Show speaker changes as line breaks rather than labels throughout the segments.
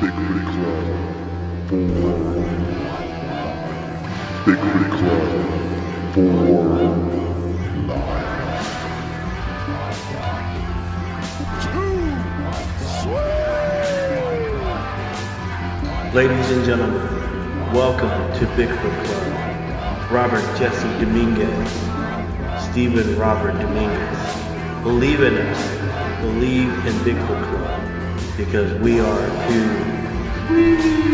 Bigfoot Club. Four. Bigfoot Club. Four. Live.
Ladies and gentlemen, welcome to Bigfoot Club. Robert Jesse Dominguez, Stephen Robert Dominguez. Believe in us. Believe in Bigfoot Club because we are huge.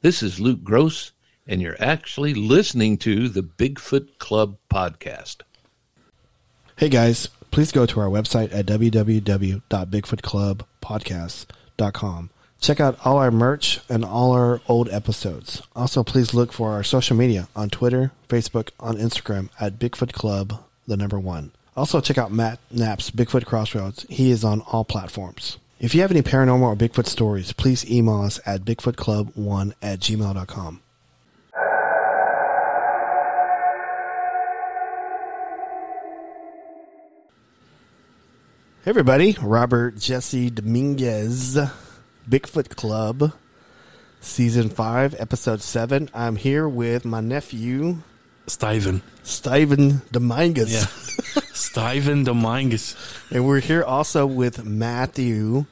This is Luke Gross, and you're actually listening to the Bigfoot Club podcast.
Hey guys, please go to our website at www.bigfootclubpodcast.com. Check out all our merch and all our old episodes. Also, please look for our social media on Twitter, Facebook, on Instagram at Bigfoot Club, the number one. Also, check out Matt Knapp's Bigfoot Crossroads. He is on all platforms. If you have any paranormal or Bigfoot stories, please email us at bigfootclub1 at gmail.com. Hey everybody, Robert Jesse Dominguez, Bigfoot Club, Season 5, Episode 7. I'm here with my nephew,
Steven.
Steven Dominguez.
Yeah. Steven Dominguez.
And we're here also with Matthew,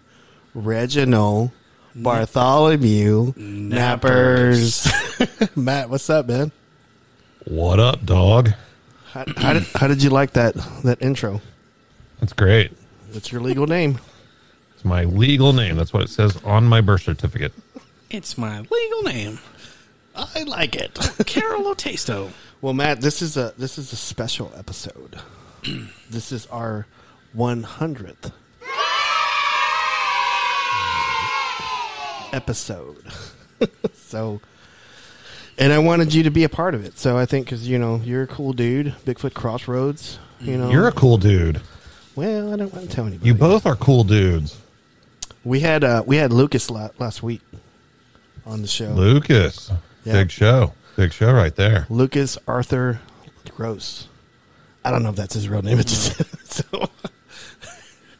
Reginald, Bartholomew, Nappers. Matt, what's up, man?
What up, dog?
How, how, did, how did you like that, that intro?
That's great.
It's your legal name.
It's my legal name. That's what it says on my birth certificate.
It's my legal name.
I like it.
Carol Otesto.
Well, Matt, this is a this is a special episode. this is our 100th episode. so, and I wanted you to be a part of it. So I think because you know you're a cool dude, Bigfoot Crossroads. You know,
Mm-hmm. You're a cool dude.
well, I don't want to tell anybody.
You both are cool dudes.
we had uh, we had Lucas la- last week on the show.
Lucas.
Yeah.
Big show. Big show right there.
Lucas Arthur Gross. I don't know if that's his real name. It just so.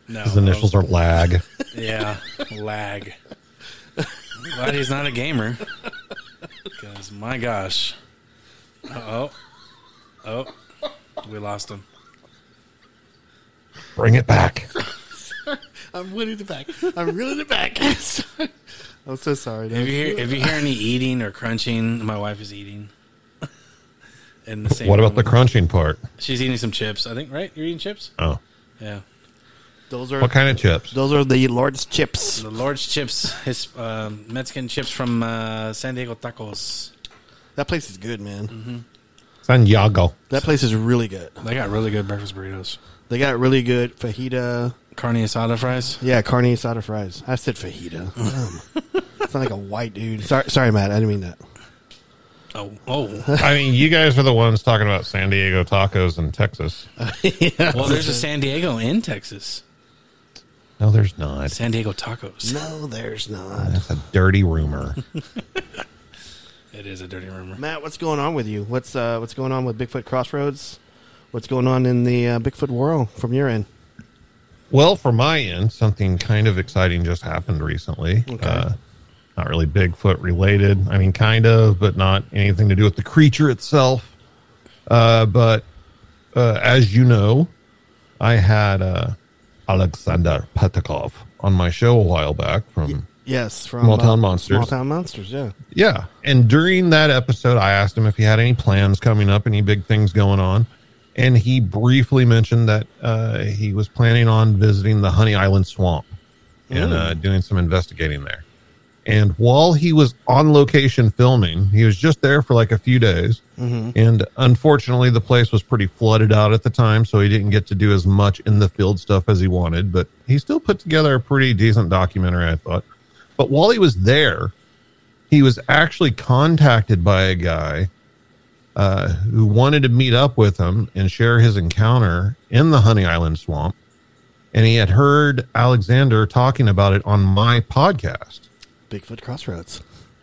No.
His initials are lag.
Yeah. Lag. Glad he's not a gamer. Because, my gosh. Uh oh. Oh. We lost him.
Bring it back.
I'm winning it back. I'm reeling it back. I'm so sorry.
If you, hear, if you hear any eating or crunching, my wife is eating. In the same
What about the
room.
crunching part?
She's eating some chips, I think, right? You're eating chips?
Oh.
Yeah.
Those are
What kind of chips?
those are the Lord's chips.
The Lord's chips, his uh, Mexican chips from uh, San Diego Tacos.
That place is good, man.
Santiago.
That place is really good.
They got really good breakfast burritos.
They got really good fajita.
Carne asada fries.
Yeah, carne asada fries. I said fajita. Um, it's not like a white dude. Sorry, sorry, Matt. I didn't mean that.
Oh, oh.
I mean, you guys are the ones talking about San Diego tacos in Texas.
well, there's a San Diego in Texas.
No, there's not.
San Diego tacos.
No, there's not.
That's a dirty rumor.
It is a dirty rumor.
Matt, what's going on with you? What's uh, what's going on with Bigfoot Crossroads? What's going on in the uh, Bigfoot world from your end?
Well, for my end, something kind of exciting just happened recently.
Okay.
Uh, not really Bigfoot related. I mean, kind of, but not anything to do with the creature itself. Uh, but uh, as you know, I had uh, Alexander Petikov on my show a while back from.
Yes, from
Small Town Monsters.
Small town monsters. Yeah.
Yeah. And during that episode, I asked him if he had any plans coming up, any big things going on. And he briefly mentioned that uh, he was planning on visiting the Honey Island Swamp and uh, doing some investigating there. And while he was on location filming, he was just there for like a few days. And unfortunately, the place was pretty flooded out at the time, so he didn't get to do as much in the field stuff as he wanted. But he still put together a pretty decent documentary, I thought. But while he was there, he was actually contacted by a guy uh, who wanted to meet up with him and share his encounter in the Honey Island Swamp. And he had heard Alexander talking about it on my podcast.
Bigfoot Crossroads.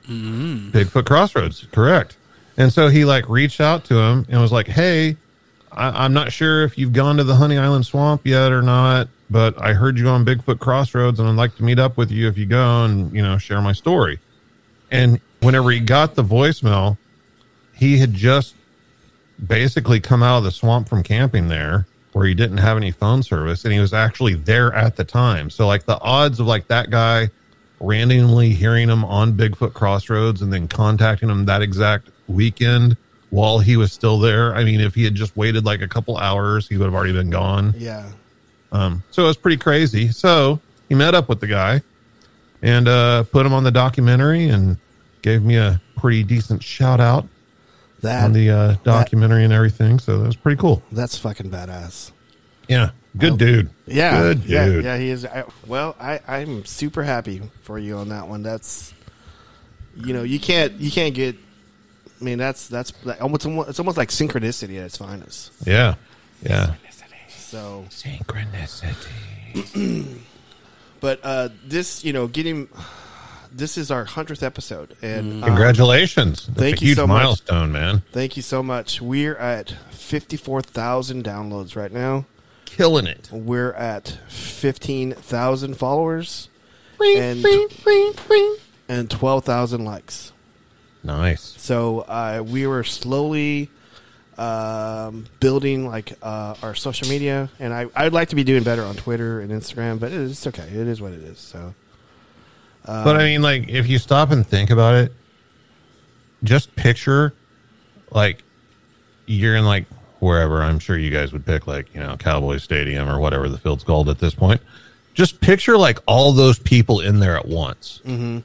Bigfoot Crossroads, correct. And so he like reached out to him and was like, "Hey, I, I'm not sure if you've gone to the Honey Island Swamp yet or not, but I heard you on Bigfoot Crossroads, and I'd like to meet up with you if you go and you know share my story." And whenever he got the voicemail, he had just basically come out of the swamp from camping there where he didn't have any phone service and he was actually there at the time. So like the odds of like that guy randomly hearing him on Bigfoot Crossroads and then contacting him that exact weekend while he was still there. I mean, if he had just waited like a couple hours, he would have already been gone.
Yeah.
Um, so it was pretty crazy. So he met up with the guy and uh, put him on the documentary and gave me a pretty decent shout out
That
on the uh, documentary and everything. So that was pretty cool.
that's fucking badass.
Yeah. Good dude.
Yeah.
Good
yeah,
dude.
yeah, he is. I, well, I I'm super happy for you on that one. That's you know, you can't you can't get I mean, that's that's like, almost it's almost like synchronicity at its finest.
Yeah. Yeah.
So
Synchronicity.
Um, but uh this, you know, getting this is our 100th episode
Mm.
and uh,
Congratulations. That's
thank
a
you
huge
so much.
milestone, man.
thank you so much. We're at 54,000 downloads right now.
Killing it.
We're at 15,000 followers and and 12,000 likes.
Nice.
So uh, we were slowly um, building like uh, our social media, and I, I'd like to be doing better on Twitter and Instagram, but it's okay. It is what it is. So
but I mean, like, if you stop and think about it, just picture, like, you're in like wherever. I'm sure you guys would pick like you know Cowboy Stadium or whatever the field's called at this point. Just picture like all those people in there at once, mm-hmm.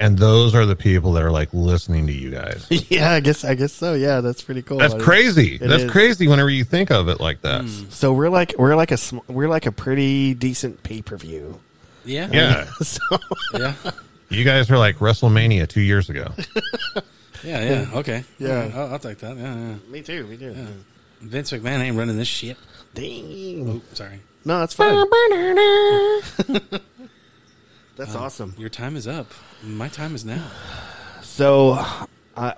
and those are the people that are like listening to you guys.
yeah, I guess I guess so. Yeah, that's pretty cool.
That's
I-
crazy.
it is.
That's
Hmm.
crazy. Whenever you think of it like that,
So we're like we're like a sm- we're like a pretty decent pay per view.
Yeah.
yeah,
So
Yeah.
you guys are like WrestleMania two years ago.
Yeah. Yeah. Okay.
Yeah.
I'll, I'll take that. Yeah, yeah.
me too. Me too.
Vince McMahon ain't running this shit.
Dang.
Sorry.
No, that's fine. that's awesome.
Your time is up. My time is now.
So I,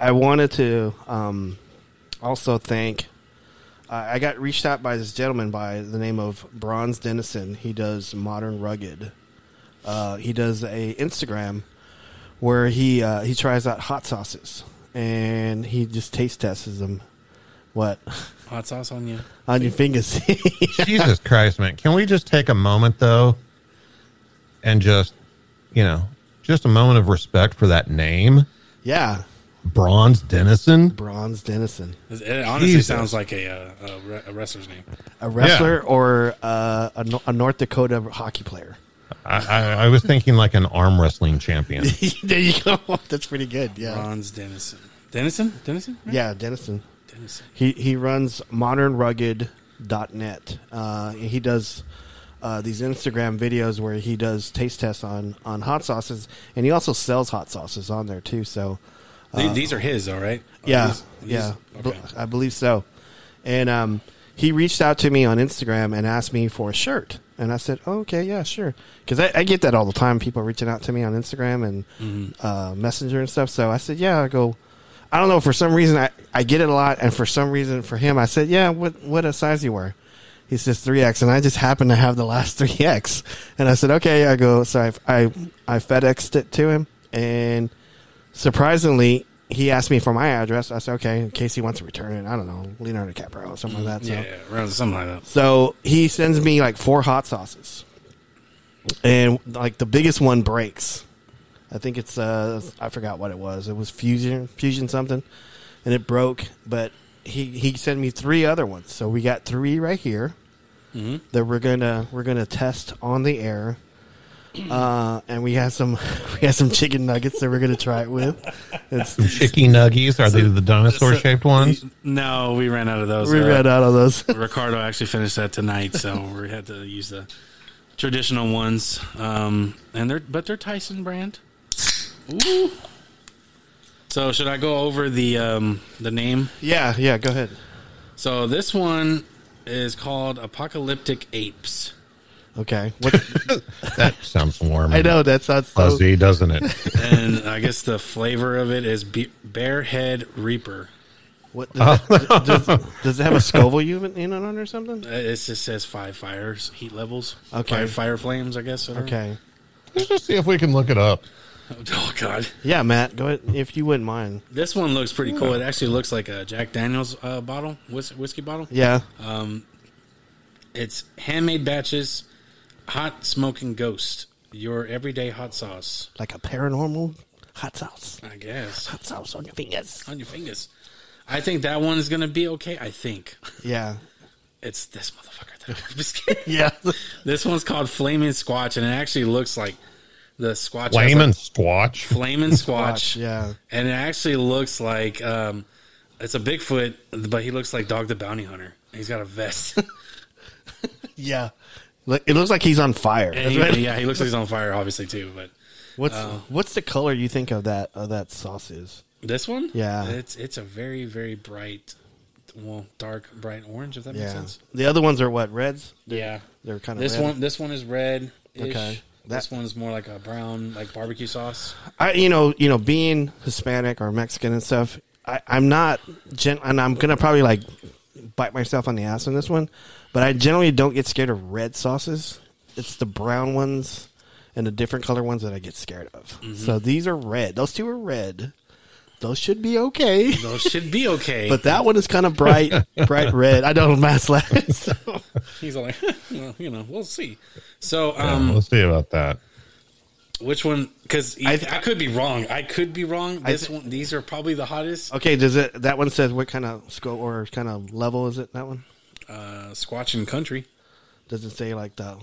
I wanted to um, also thank. I I got reached out by this gentleman by the name of Bronze Dennison. He does modern rugged. Uh, he does a Instagram where he uh, he tries out hot sauces and he just taste tests them. What
Hot sauce on you.
on your fingers?
Jesus Christ, man. Can we just take a moment, though, and just, you know, just a moment of respect for that name,
yeah,
Bronze Dennison?
Bronze Dennison,
It honestly
Jesus.
sounds like a, uh, a, re- a wrestler's name.
a wrestler or uh, a, Nor- a North Dakota hockey player.
I, I, I was thinking like an arm wrestling champion.
there you go. That's pretty good. Yeah,
Bronze Dennison. Dennison? Dennison? Right?
yeah, Dennison.
Dennison.
He he runs modernrugged.net. Uh, and he does uh, these Instagram videos where he does taste tests on on hot sauces, and he also sells hot sauces on there too. So
Th- these are his, all right? Are
yeah,
these- these-
yeah, B-
Okay.
I believe so. And um, he reached out to me on Instagram and asked me for a shirt, and I said, oh, "Okay, yeah, sure," because I, I get that all the time. People reaching out to me on Instagram and
Mm-hmm.
uh, Messenger and stuff. So I said, "Yeah, I go." I don't know for some reason I, I get it a lot, and for some reason for him, I said, "Yeah, what what a size you were." He says three X, and I just happened to have the last three X, and I said, "Okay." I go, so I I, I FedExed it to him, and surprisingly, he asked me for my address. I said, okay, in case he wants to return it, I don't know, Leonardo DiCaprio or something like that. So,
Yeah, yeah, around something like that.
so he sends me like four hot sauces, and like the biggest one breaks. I think it's uh, I forgot what it was. It was fusion, fusion something, and it broke. But he he sent me three other ones, so we got three right here that we're gonna we're gonna test on the air. Uh, and we have some we have some chicken nuggets that we're gonna try it with. It's,
Chicky Nuggies, are they the dinosaur shaped ones?
No, we ran out of those.
we
uh,
ran out of those.
Ricardo actually finished that tonight, so we had to use the traditional ones. Um, and they're but they're Tyson brand. Ooh. So should I go over the um, the name?
yeah, yeah. Go ahead.
So this one is called Apocalyptic Apes.
Okay. What's,
That sounds warm.
I
and
know that sounds so.
fuzzy, doesn't it?
and I guess the flavor of it is be- Bearhead Reaper.
What, does, it, does, does it have a Scoville unit in it on or something?
Uh, It just says five fires, heat levels.
Okay.
Fire, fire flames, I guess. I don't know.
Okay.
Let's just see if we can look it up.
Oh, God.
Yeah, Matt, go ahead if you wouldn't mind.
This one looks pretty cool. It actually looks like a Jack Daniels uh, bottle, whis- whiskey bottle.
Yeah.
It's handmade batches, hot smoking ghost, your everyday hot sauce,
Like a paranormal hot sauce.
I guess,
Hot sauce on your fingers.
on your fingers. I think that one is gonna be okay. I think
Yeah.
it's this motherfucker. That I'm just kidding.
Yeah.
This one's called Flaming Squatch, and it actually looks like the Squatch.
Flamin' Squatch.
Flaming Squatch.
yeah.
and it actually looks like um, it's a Bigfoot, but he looks like Dog the Bounty Hunter. He's got a vest.
Yeah. Look, it looks like he's on fire.
And
That's right.
he, oh. yeah, he looks like he's on fire, obviously too. But
What's what's the color you think of that of that sauce is?
This one?
Yeah.
It's it's a very, very bright well, dark, bright orange, if that makes sense.
The other ones are what reds.
Yeah.
They're kind of
This
red.
one this one is red.
Okay.
Okay. This
That-
one's more like a brown, like barbecue sauce.
I you know you know being Hispanic or Mexican and stuff. I, I'm not gen- and I'm gonna probably like bite myself on the ass on this one, but I generally don't get scared of red sauces. It's the brown ones and the different color ones that I get scared of. So these are red. Those two are red. Those should be okay.
Those should be okay.
But that one is kind of bright, bright red. I don't mass last. So.
he's all like, well, you know, we'll see. So
Um,
um
Let's see about that.
which one because I,
I th-
I could be wrong. I could be wrong.
I
This
th-
one these are probably the hottest.
Okay, does it? That one says what kind of scope or kind of level is it? That one
Uh Squatch and country.
does it say like the?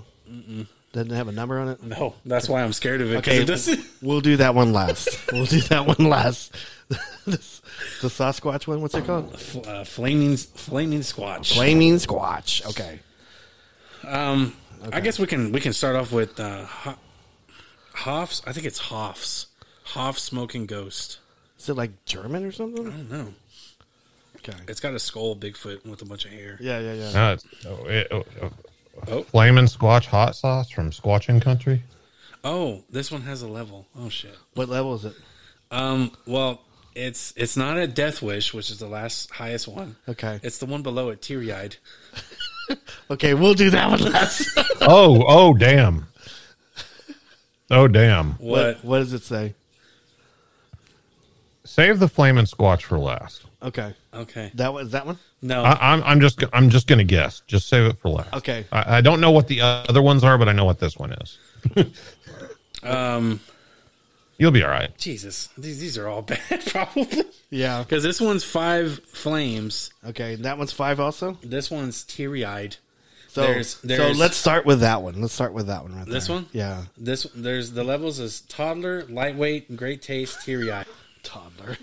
Doesn't it have a number on it?
No. Oh, That's why I'm scared of it. 'cause
Okay,
it doesn't
we'll do that one last. we'll do that one last. This- the Sasquatch one. What's it called?
F- uh, flaming flaming squatch.
Flaming Squatch. Okay.
Um, I guess we can we can start off with uh, Ho- Hoff's. I think it's Hoff's. Hoff smoking ghost.
Is it like German or
I
something?
don't know.
Okay.
It's got a skull, Bigfoot with a bunch of hair.
Yeah, yeah, yeah.
Uh, it's- oh, it- oh, oh.
Oh,
Flamin' Squatch hot sauce from Squatching Country.
oh, this one has a level. Oh shit.
What level is it?
Um, well, it's it's not a Death Wish, which is the last highest one.
Okay.
It's the one below it, teary eyed.
Okay, we'll do that one last.
Oh, oh, damn. Oh, damn.
What?
what? What does it say?
Save the Flamin' Squatch for last.
Okay,
Okay.
that one is that one.
No.
I, I'm, I'm just, I'm just gonna guess. Just save it for last.
Okay.
I, I don't know what the other ones are, but I know what this one is.
um.
You'll be all right.
Jesus. These these are all bad, probably.
Yeah.
Because this one's five flames.
Okay, that one's five also.
This one's teary eyed.
So,
There's- there's-
so let's start with that one. Let's start with that one right
This
there.
one?
Yeah.
This there's the levels is toddler, lightweight, great taste, teary eye.
Toddler.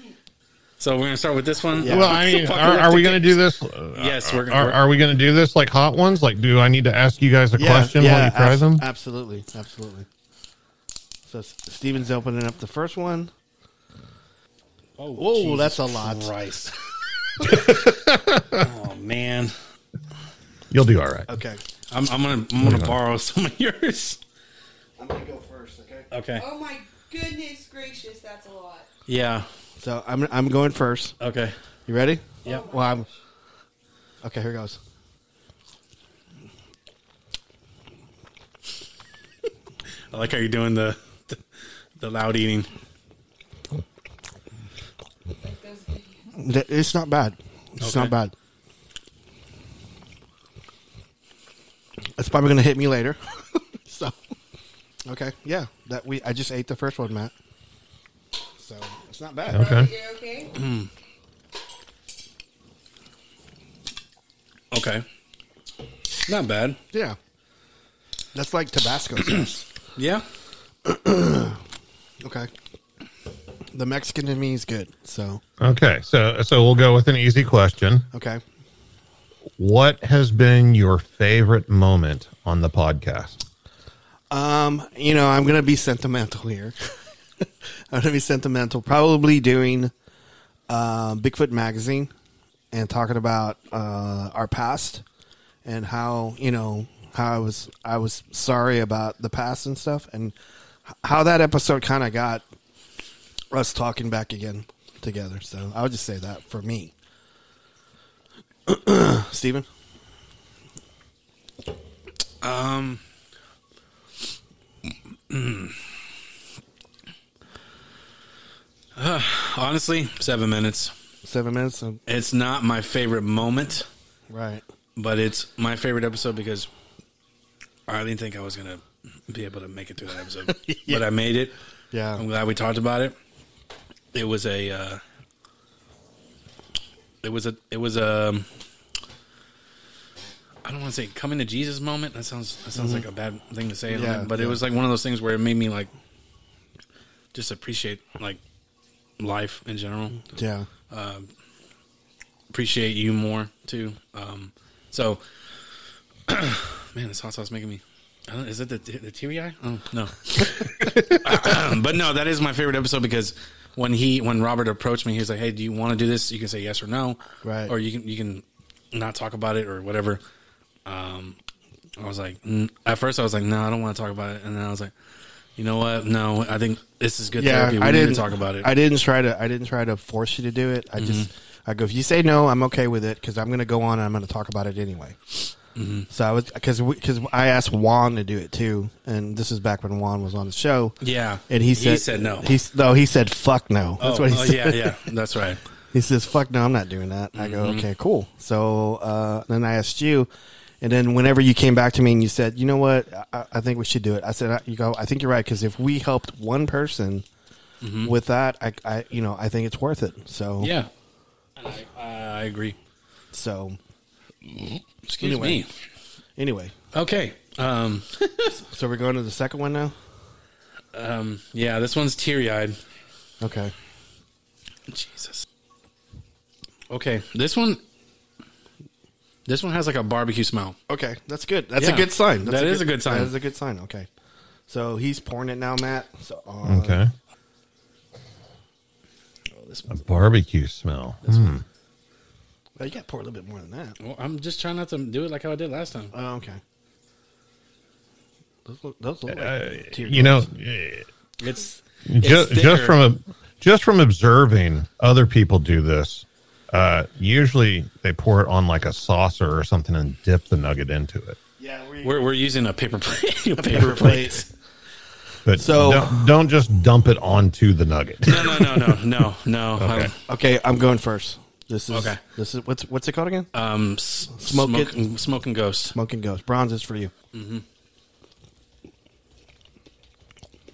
So we're gonna start with this one.
Yeah.
Well, I mean,
Fuck,
are,
we
are we
have
gonna
to
do this?
Yes, we're gonna-
Are, are we gonna do this like hot ones? Like, do I need to ask you guys a question while you try
abs-
them?
Absolutely. Absolutely. So S- Steven's opening up the first one.
Oh,
Whoa,
Jesus
that's a lot.
Christ. oh man,
You'll do all right.
Okay.
I'm, I'm gonna I'm gonna borrow some of yours.
I'm going to go first, okay?
Okay.
Oh my goodness gracious, that's a lot.
Yeah.
So I'm, I'm going first.
Okay.
You ready?
Yep.
Well, I'm. Okay, here goes.
I like how you're doing the the, the loud eating.
Like those videos.
Th- It's not bad. It's
Okay.
not bad. It's probably going to hit me later. so, okay, yeah, that we I just ate the first one, Matt. So it's not bad.
Okay.
You're okay?
Okay. Not bad.
Yeah, that's like Tabasco sauce.
Yeah.
Okay, the Mexican in me is good. So
Okay. So, so we'll go with an easy question.
okay,
What has been your favorite moment on the podcast?
um, you know I'm going to be sentimental here. I'm going to be sentimental. Probably doing uh, Bigfoot magazine and talking about uh, our past and how you know how I was I was sorry about the past and stuff, and h- how that episode kind of got us talking back again together. So I would just say that for me, Steven?
Um. Uh, honestly, seven minutes.
Seven minutes, so,
It's not my favorite moment,
right?
but it's my favorite episode because I didn't think I was gonna be able to make it through that episode, but I made it. I'm
Yeah,
glad we talked about it. It was a. Uh, it was a. It was a. I don't want to say coming to Jesus moment. That sounds that sounds like a bad thing to say.
Mm-hmm. Yeah,
but
yeah.
it was like one of those things where it made me like just appreciate like life in general.
yeah,
Appreciate you more too. Um, so, man, this hot sauce is making me. I don't, is it the the teary eye? Oh no. but no, that is my favorite episode because when he when Robert approached me, he was like, "Hey, do you want to do this? You can say yes or no,
Right.
Or you can you can not talk about it or whatever." Um, I was like, mm, at first I was like, "No, I don't want to talk about it," and then I was like, "You know what? No, I think this is good
yeah.
therapy. We
I
need
didn't
to talk about it." Mm-hmm.
I didn't try to. I didn't try to force you to do it. I just. I go. If you say no, I'm okay with it because I'm going to go on and I'm going to talk about it anyway.
Mm-hmm.
So I was because because I asked Juan to do it too, and this is back when Juan was on the show.
yeah,
And he said,
no.
He's no. He said fuck no. That's
oh,
what he
oh,
said.
yeah, yeah, that's right.
He says, "Fuck no, I'm not doing that." I
Mm-hmm.
go, "Okay, cool." So uh, then I asked you, and then whenever you came back to me and you said, "You know what? I, I think we should do it," I said, I- "You go. I think you're right because if we helped one person with that, I, I, you know, I think it's worth it." So
Mm-hmm. Yeah, I, I agree.
So
Excuse
Anyway.
me.
anyway,
Okay. Um,
so we're going to the second one now.
yeah, this one's teary eyed.
Okay.
Jesus. Okay, this one. This one has like a barbecue smell.
Okay, that's good. That's
Yeah.
a good sign. That's
That is a good sign.
That is a good sign. Okay. So he's pouring it now, Matt. So uh,
Okay.
this
A barbecue smell. Hmm.
well, you got to pour a little bit more than that.
Well, I'm just trying not to do it like how I did last time.
Oh, okay. Those look, those look like tear
You know,
drops.
Uh, It's
just,
thicker.
just from a, just from observing other people do this, uh, usually they pour it on like a saucer or something and dip the nugget into it.
yeah, we,
we're we're using a paper plate. a paper plate.
But
So-
don't, don't just dump it onto the nugget.
No, no, no, no, no, no.
Okay.
okay. I'm going first. This is
Okay.
This is what's what's it called again?
Um, um, s-
Smoke
smoke,
it.
smoke, and ghost.
Smoking Ghost. Bronze is for you.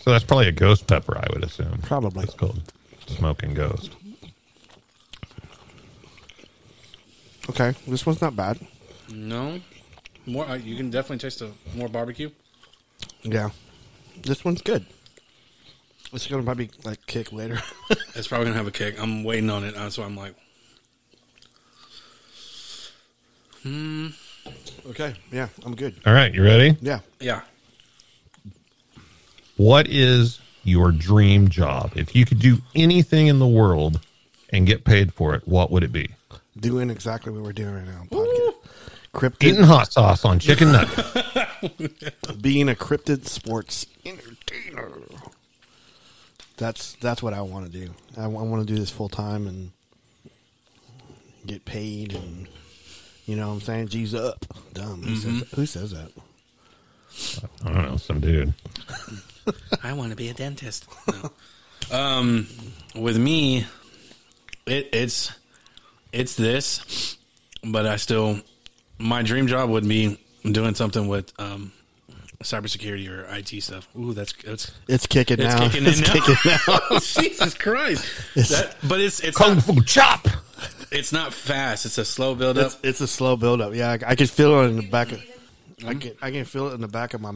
So that's probably a ghost pepper, I would assume.
Probably.
It's called smoking ghost.
Okay, this one's not bad.
No, more. Uh, you can definitely taste the more barbecue.
Yeah, this one's good. It's gonna probably like kick later.
It's probably gonna have a kick. I'm waiting on it. That's why I'm like,
okay. Yeah, I'm good.
All right, you ready?
Yeah.
yeah.
What is your dream job? If you could do anything in the world and get paid for it, what would it be?
doing exactly what we're doing right now. on Podcast.
Eating
Cryptid,
hot sauce on chicken nuggets.
being a cryptid sports entertainer. That's that's what I want to do. I want to do this full time and get paid, and you know what I'm saying. G's up, dumb. Who,
Mm-hmm.
says, who says that?
I don't know, some dude.
I want to be a dentist. No. um, with me, it, it's it's this, but I still my dream job would be doing something with um, cybersecurity or IT stuff. Ooh, that's that's
It's kicking
it's
now.
kicking in now. Jesus Christ! That, but it's it's
Kung
not,
Fu Chop.
it's not fast. It's a slow build up.
It's, it's a slow build up. Yeah, I, I can feel it in the back of. I
Hmm?
can I can feel it in the back of my.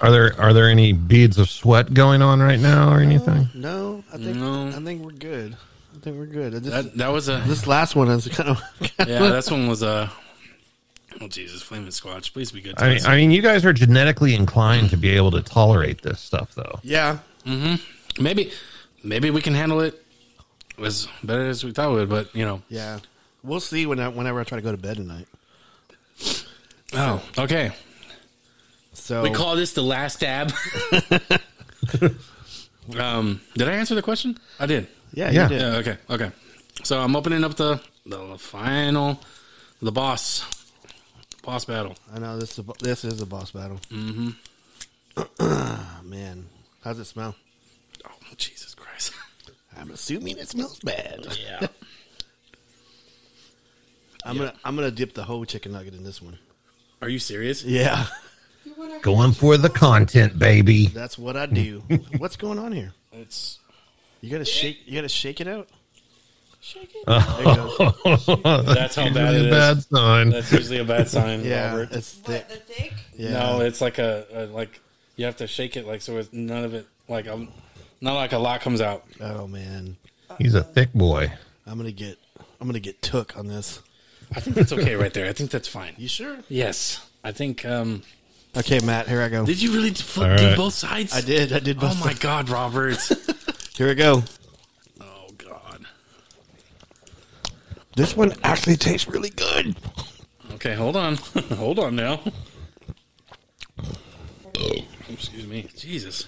Are there are there any beads of sweat going on right now or anything?
No, I think
No.
I think we're good. I think we're good. I just-
That that was a
this last one is kind of
yeah. This one was a. Oh Jesus, flaming squatch! Please be good. To
I
us.
mean, I mean, you guys are genetically inclined to be able to tolerate this stuff, though.
yeah
maybe maybe we can handle it as better as we thought we would but you know
yeah we'll see when I, whenever i try to go to bed tonight
oh okay
So
We call this the last dab. um, did I answer the question? I did.
yeah,
Yeah.
you did.
Yeah. Okay. Okay. So I'm opening up the the final, the boss, boss battle.
I know this is a, bo- this is a boss battle. Mm-hmm. Man, how's it smell?
Oh Jesus Christ!
I'm assuming it smells bad.
Yeah.
I'm gonna I'm gonna dip the whole chicken nugget in this one.
Are you serious?
Yeah,
You wanna-
Going for the content, baby.
that's what I do. What's going on here?
It's
You gotta shake. You gotta shake it out.
Shake it.
There it goes.
that's how bad it is.
Usually a bad sign.
That's usually a bad sign,
yeah,
Robert.
it's
what,
thick.
the thick?
Yeah.
No, it's like a, a like you have to shake it like so it's none of it like um not like a lot comes out.
oh man,
He's a thick boy.
I'm gonna get I'm gonna get took on this.
I think that's okay right there. I think that's fine.
You sure?
Yes, I think. um
Okay, Matt. Here I go.
Did you really flip
All
do
right.
both sides?
I did. I did.
Oh
Bust
my God, Robert!
Here we go.
oh God.
This one actually tastes really good.
Okay, hold on, hold on now.
Oh.
Excuse me, Jesus.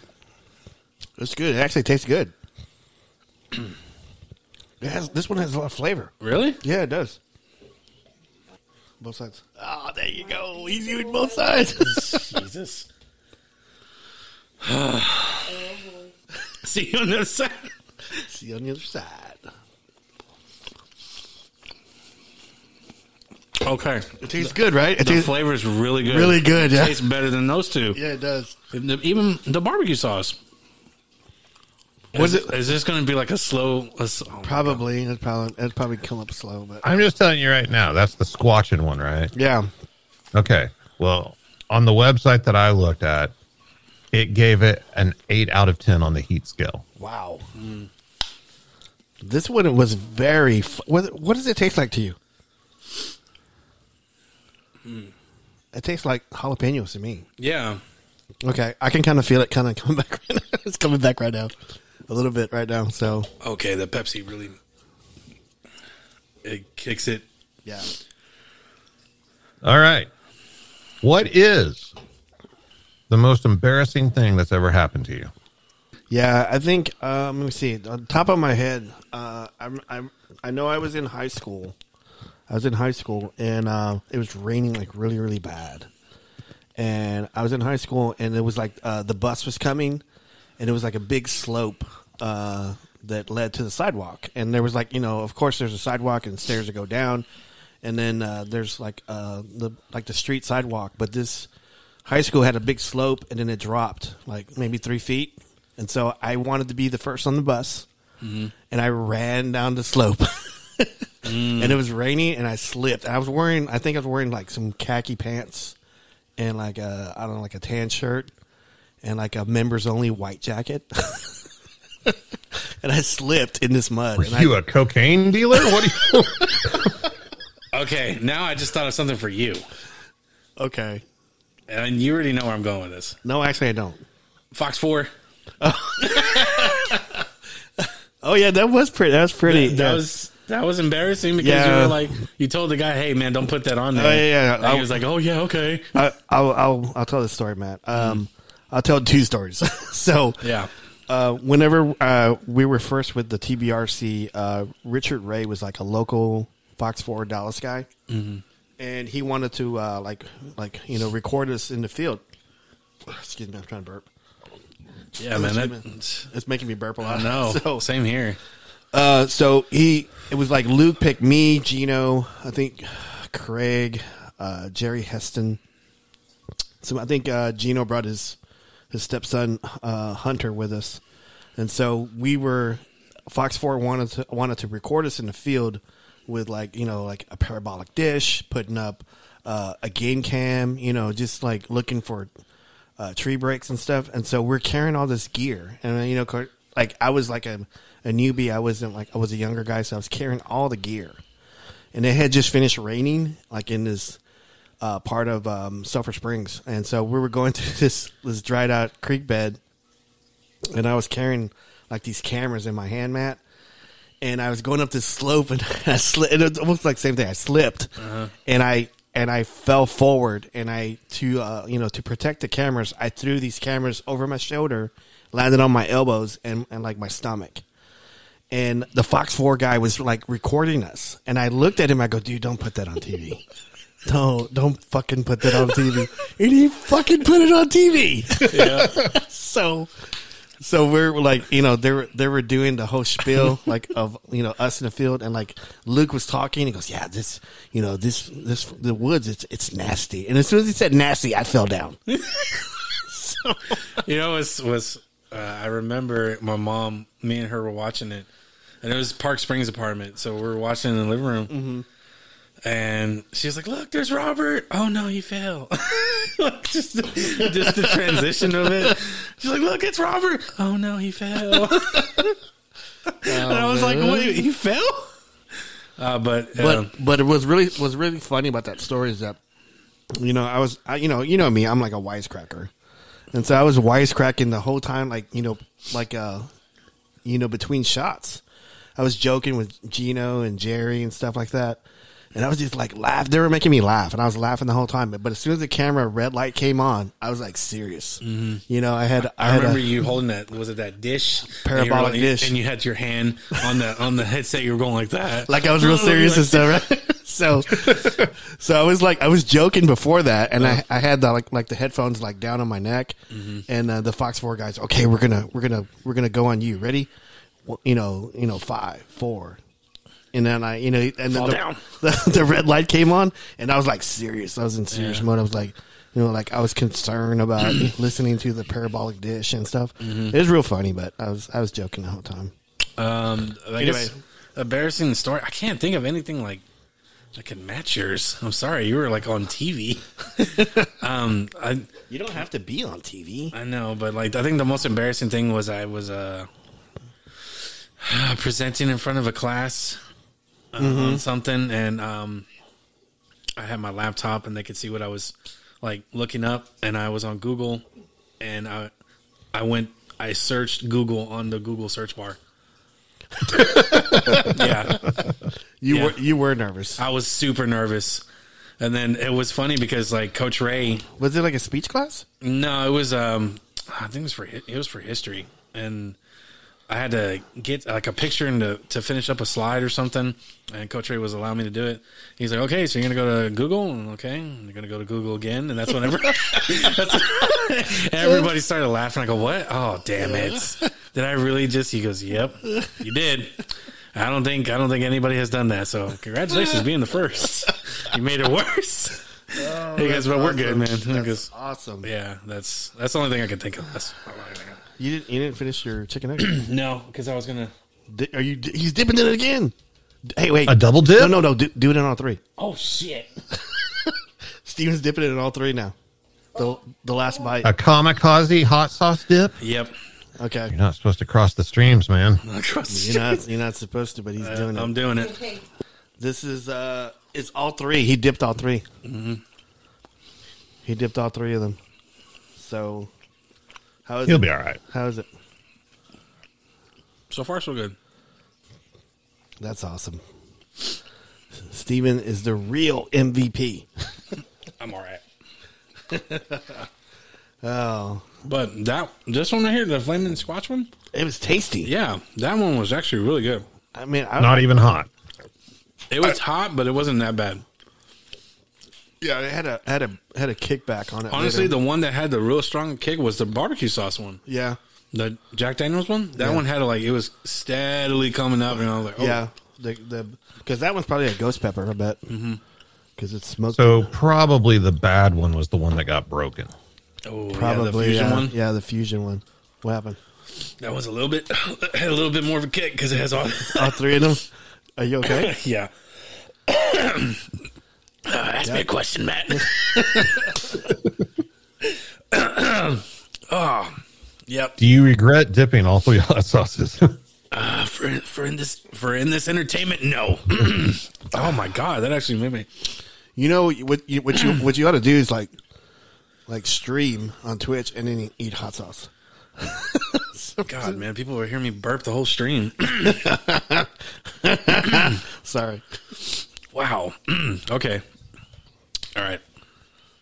It's good. It actually tastes good. it has this one has a lot of flavor.
Really?
Yeah, it does. Both sides. Oh, there you go. Easy with both sides.
Jesus. See you on the other side.
See you on the other side.
Okay.
It tastes good, right? It
The
tastes
flavor's really good.
really good. Yeah.
Tastes better than those two.
yeah, it does.
The- Even the barbecue sauce.
Was
is,
it-
Is this going to be like a slow? A, s- oh,
Probably. It's probably it's probably come up slow, but
I'm just telling you right now, that's the squatching one, right?
yeah.
Okay. Well, on the website that I looked at, it gave it an 8 out of 10 on the heat scale.
Wow. This one was very. F- what, what does it taste like to you? Hmm. It tastes like jalapenos to me.
yeah.
Okay, I can kind of feel it, kind of coming back. Right now. It's coming back right now, a little bit right now. So
Okay. The Pepsi really. It kicks it.
yeah,
All right. What is the most embarrassing thing that's ever happened to you?
yeah. I think um, let me see. On top of my head, uh, I'm, I'm. I know I was in high school. I was in high school, and uh, it was raining like really, really bad. and I was in high school, and it was like uh, the bus was coming, and it was like a big slope uh, that led to the sidewalk, and there was like you know, of course, there's a sidewalk and stairs that go down, and then uh, there's like uh, the like the street sidewalk, but this high school had a big slope, and then it dropped like maybe three feet, and so I wanted to be the first on the bus, and I ran down the slope. And it was rainy, and I slipped. I was wearing, I think I was wearing like some khaki pants, and like a I don't know, like a tan shirt and like a members only white jacket. and I slipped in this mud. And
you
I,
a cocaine dealer? What are you?
Okay. Now I just thought of something for you,
okay.
and you already know where I'm going with this.
No, actually I don't.
Fox Four.
Oh yeah, that was pretty. That was pretty.
That
yeah.
was that was embarrassing because you
Yeah.
were like you told the guy, "Hey man, don't put that on there."
Oh, yeah, yeah.
And he
I-
was like, "Oh yeah, okay."
I, I'll, I'll I'll tell this story, Matt. Um, I'll tell two stories. so
Yeah.
uh, whenever uh, we were first with the TBRC, uh, Richard Ray was like a local Fox Four Dallas guy,
Mm-hmm.
and he wanted to uh, like like you know record us in the field. Excuse me, I'm trying to burp.
Yeah, man. That,
It's making me burp a lot.
I know.
So,
Same here.
uh, so he, it was like Luke picked me, Gino, I think Craig, uh, Jerry Heston. So I think uh, Gino brought his his stepson uh, Hunter with us, and so we were Fox Four wanted to wanted to record us in the field with like you know like a parabolic dish, putting up uh, a game cam, you know, just like looking for uh, tree breaks and stuff. And so we're carrying all this gear, and uh, you know, co- like I was like a, a newbie. I wasn't like I was a younger guy, so I was carrying all the gear, and it had just finished raining, like in this uh, part of um, Sulphur Springs, and so we were going through this this dried out creek bed, and I was carrying like these cameras in my hand, Matt. And I was going up this slope, and I slid. It was almost like same thing. I slipped, and I and I fell forward and I to uh, you know to protect the cameras I threw these cameras over my shoulder, landed on my elbows and, and like my stomach, and the Fox Four guy was like recording us and I looked at him I go dude don't put that on TV. Don't don't fucking put that on TV. And he fucking put it on TV. so so we're like, you know, they were they were doing the whole spiel like of you know us in the field, and like Luke was talking. He goes, "Yeah, this, you know, this this the woods, it's it's nasty." And as soon as he said nasty, I fell down.
You know, was was uh, I remember my mom, me and her were watching it, and it was Park Springs apartment. So we were watching it in the living room, and she was like, "Look, there's Robert. Oh no, he fell." Like, just just the transition of it. She's like, "Look, it's Robert. Oh no, he fell." and I was like, "Wait, he fell?" Uh, but
but
um,
but it was really was really funny about that story is that you know I was I, you know you know me I'm like a wisecracker, and so I was wisecracking the whole time like you know like uh you know between shots, I was joking with Gino and Jerry and stuff like that, and I was just like laugh they were making me laugh and I was laughing the whole time but, but as soon as the camera red light came on I was like serious you know I had I,
Mm-hmm. I
had a-
remember you holding that. Was it that dish?
Parabolic
And you were like-
dish.
and you had your hand on the on the headset. You were going like that,
like I was real serious and stuff. Right? So, so I was like, I was joking before that, and
Uh-huh.
I, I had the like like the headphones like down on my neck,
Mm-hmm.
and uh, the Fox Four guys, okay, we're gonna we're gonna we're gonna go on you. Ready? W- You know, you know, five, four, and then I, you know, and then
Fall
the,
down.
The, the red light came on, and I was like serious. I was in serious
Yeah.
mode. I was like. You know, like I was concerned about listening to the parabolic dish and stuff.
Mm-hmm.
It was real funny, but I was I was joking the whole time.
Um, I guess
Anyway.
embarrassing story. I can't think of anything like that could match yours. I'm sorry, you were like on TV. um, I
You don't have to be on TV.
I know, but like I think the most embarrassing thing was I was uh presenting in front of a class uh, on something, and um, I had my laptop, and they could see what I was like looking up, and I was on Google, and I I went I searched Google on the Google search bar. yeah,
You
Yeah.
were you were nervous.
I was super nervous. And then it was funny because like Coach Ray,
Was it like a speech class?
no, it was um I think it was for hi- it was for history and I had to get like a picture and to, to finish up a slide or something and Coach Ray was allowing me to do it. He's like, "Okay, so you're going to go to Google." And, okay, and you're going to go to Google again and that's whenever that's, everybody started laughing. I go, "What? Oh, damn it. Did I really just?" He goes, "Yep. You did." I don't think I don't think anybody has done that. So congratulations being the first. You made it worse. hey guys, but we're good, man. He goes,
Awesome.
yeah, that's that's the only thing I can think of. That's
You didn't you didn't finish your chicken nugget.
no, because I was gonna.
Di- Are you? He's dipping in it again. D- Hey, wait.
A double dip?
No, no, no. Do, do it in all three.
Oh shit!
Steven's dipping it in all three now. The the last bite.
A kamikaze hot sauce dip?
Yep.
Okay.
You're not supposed to cross the streams, man.
You're not you're not supposed to, but he's doing it.
Uh, I'm doing it.
Okay.
this is uh, it's all three. He dipped all 3
Mm-hmm.
He dipped all three of them. So, how is
You'll
it?
be all right.
How is it?
So far, so good.
That's awesome. Steven is the real MVP.
I'm all right.
Oh,
But that this one right here, the flaming squatch one,
it was tasty.
yeah, that one was actually really good.
I mean, I,
Not even hot.
It was hot, but it wasn't that bad.
yeah, it had a had a had a kickback on it.
Honestly,
later.
the one that had the real strong kick was the barbecue sauce one,
yeah,
the Jack Daniels one. That one had like it was steadily coming up, and I was like, oh,
yeah, the the because that one's probably a ghost pepper, I bet, because
Mm-hmm.
it's smoked.
So probably the bad one was the one that got broken.
oh, yeah, the
probably
fusion
yeah,
one.
yeah, the fusion one. What happened?
That was a little bit had a little bit more of a kick because it has all.
All three of them. Are you okay?
Yeah. Uh, ask me a question, Matt. oh, yep.
Do you regret dipping all three hot sauces?
Uh, for for in this for in this entertainment, no. oh my god, that actually made me.
You know what you what you what you ought to do is like like stream on Twitch and then eat hot sauce.
God, man, people were hearing me burp the whole stream.
Sorry.
wow. okay. All right.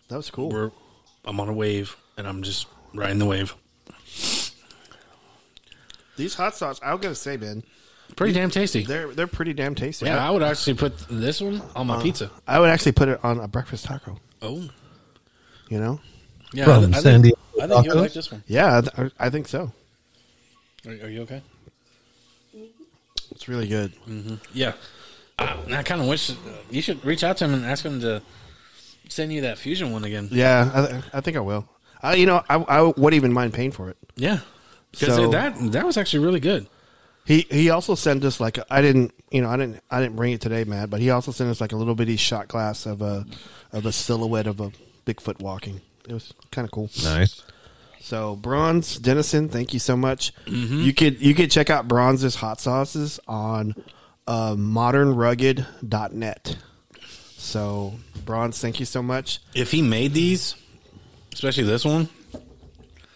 That was cool.
We're, I'm on a wave and I'm just riding the wave.
These hot sauce, I was gonna say, Ben,
Pretty damn tasty.
they're they're pretty damn tasty.
Yeah, I would actually put this one on my pizza.
I would actually put it on a breakfast taco.
Oh,
You know?
yeah.
From
I,
San
think,
Diego
I think you'll
Tacos?
like this one.
Yeah, I, th- I think so.
Are, are you okay?
It's really good.
Yeah. I, I kind of wish uh, you should reach out to him and ask him to send you that fusion one again.
Yeah, I, th- I think I will. I, you know, I, I wouldn't even mind paying for it.
Yeah. Because
So-
that that was actually really good.
He he also sent us like I didn't you know I didn't I didn't bring it today, Matt, but he also sent us like a little bitty shot glass of a of a silhouette of a Bigfoot walking. It was kind of cool.
Nice.
So Bronze Denison, thank you so much. You could you could check out Bronze's hot sauces on uh, modernrugged.net. So Bronze, thank you so much.
If he made these, especially this one,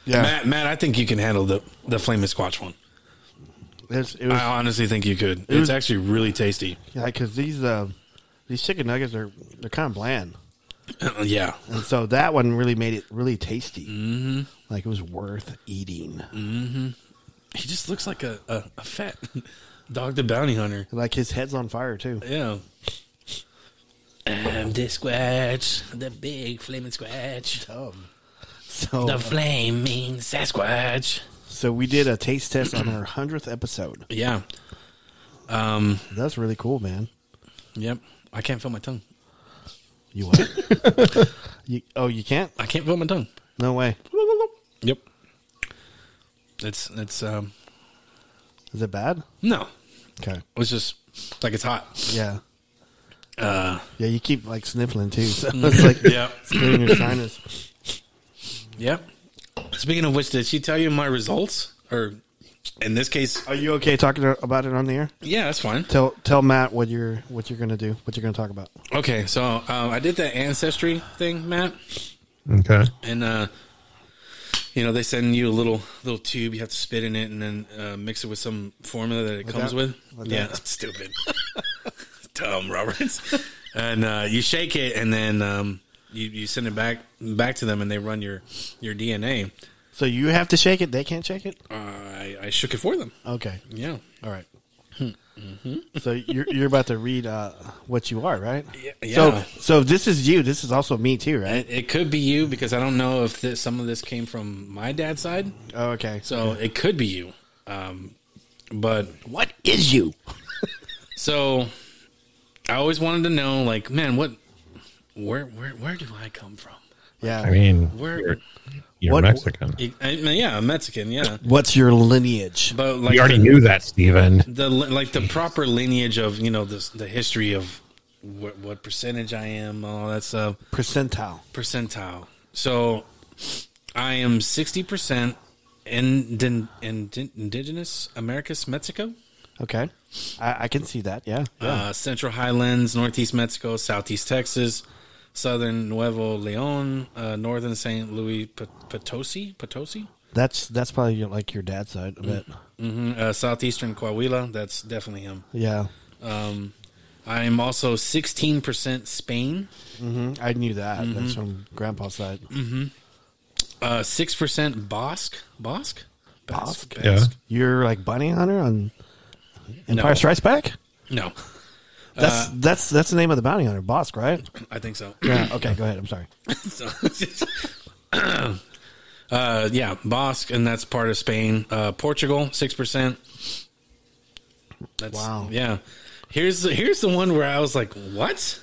Yeah,
Matt, Matt, I think you can handle the the flaming squatch one.
it's- it was
I honestly think you could. It's
was-
actually really tasty.
yeah because these uh, these chicken nuggets are they're kind of bland.
yeah.
And so that one really made it really tasty. Mm-hmm. Like it was worth eating.
He just looks like a, a, a fat dog the bounty hunter.
Like his head's on fire too.
Yeah. I'm the Squatch, the big flaming Squatch,
So
the flaming Sasquatch.
so we did a taste test on our hundredth episode.
Yeah. Um.
That's really cool, man.
Yep. I can't feel my tongue.
You what? you, oh, you can't?
I can't feel my tongue.
No way.
Yep. It's it's um
Is it bad?
no.
Okay.
It's just like it's hot.
Yeah.
Uh.
Yeah, you keep like sniffling too. So it's like yeah. clearing your sinus.
Yep. Speaking of which, did she tell you my results? Or in this case,
Are you okay talking about it on the air?
yeah, that's fine.
Tell tell Matt what you're what you're gonna do, what you're gonna talk about.
Okay, so um, I did that ancestry thing, Matt,
Okay.
and uh, you know they send you a little little tube. You have to spit in it and then uh, mix it with some formula that it comes
that-
with.
with
yeah,
that.
stupid, Tom Roberts. and uh, you shake it, and then um, you you send it back back to them, and they run your your DNA.
So you have to shake it, they can't shake it?
Uh, I, I shook it for them.
Okay.
Yeah.
All right. So you're you're about to read uh, what you are, right?
yeah.
So so this is you. This is also me too, right?
It, it could be you because I don't know if this, some of this came from my dad's side.
Oh, okay. So
So it could be you. Um, but
what is you?
so I always wanted to know, like, man, what, where, where, where do I come from?
Yeah.
I mean,
Where-
you're, you're
What-
Mexican.
I, I mean, yeah, I'm Mexican, yeah.
What's your lineage?
But like,
We already
the,
knew that, Steven.
the li- like the proper lineage of you know the the history of what, what percentage I am, all that stuff,
Percentile.
percentile. So I am sixty percent. Indin, indin, indigenous Americas, Mexico,
Okay. I, I can see that. Yeah.
uh, Central Highlands, Northeast Mexico, Southeast Texas, Southern Nuevo Leon, uh, Northern St. Louis Pot- Potosi, Potosi,
That's that's probably your, like your dad's side of it.
hmm uh, Southeastern Coahuila. That's definitely him.
Yeah.
I am also 16% Spain,
Mm. I knew that. That's from grandpa's side.
uh, 6% Basque, Basque, Basque,
Basque?
Yeah.
You're like bunny hunter on Empire
No.
Strikes Back?
No,
That's that's that's the name of the bounty hunter, Bosk, right?
I think so.
Uh,
Uh,
Yeah. Okay, go ahead. I'm sorry.
So, uh, yeah, Basque, and that's part of Spain. Uh, Portugal, six percent. That's,
Wow.
Yeah. Here's the, here's the one where I was like, what?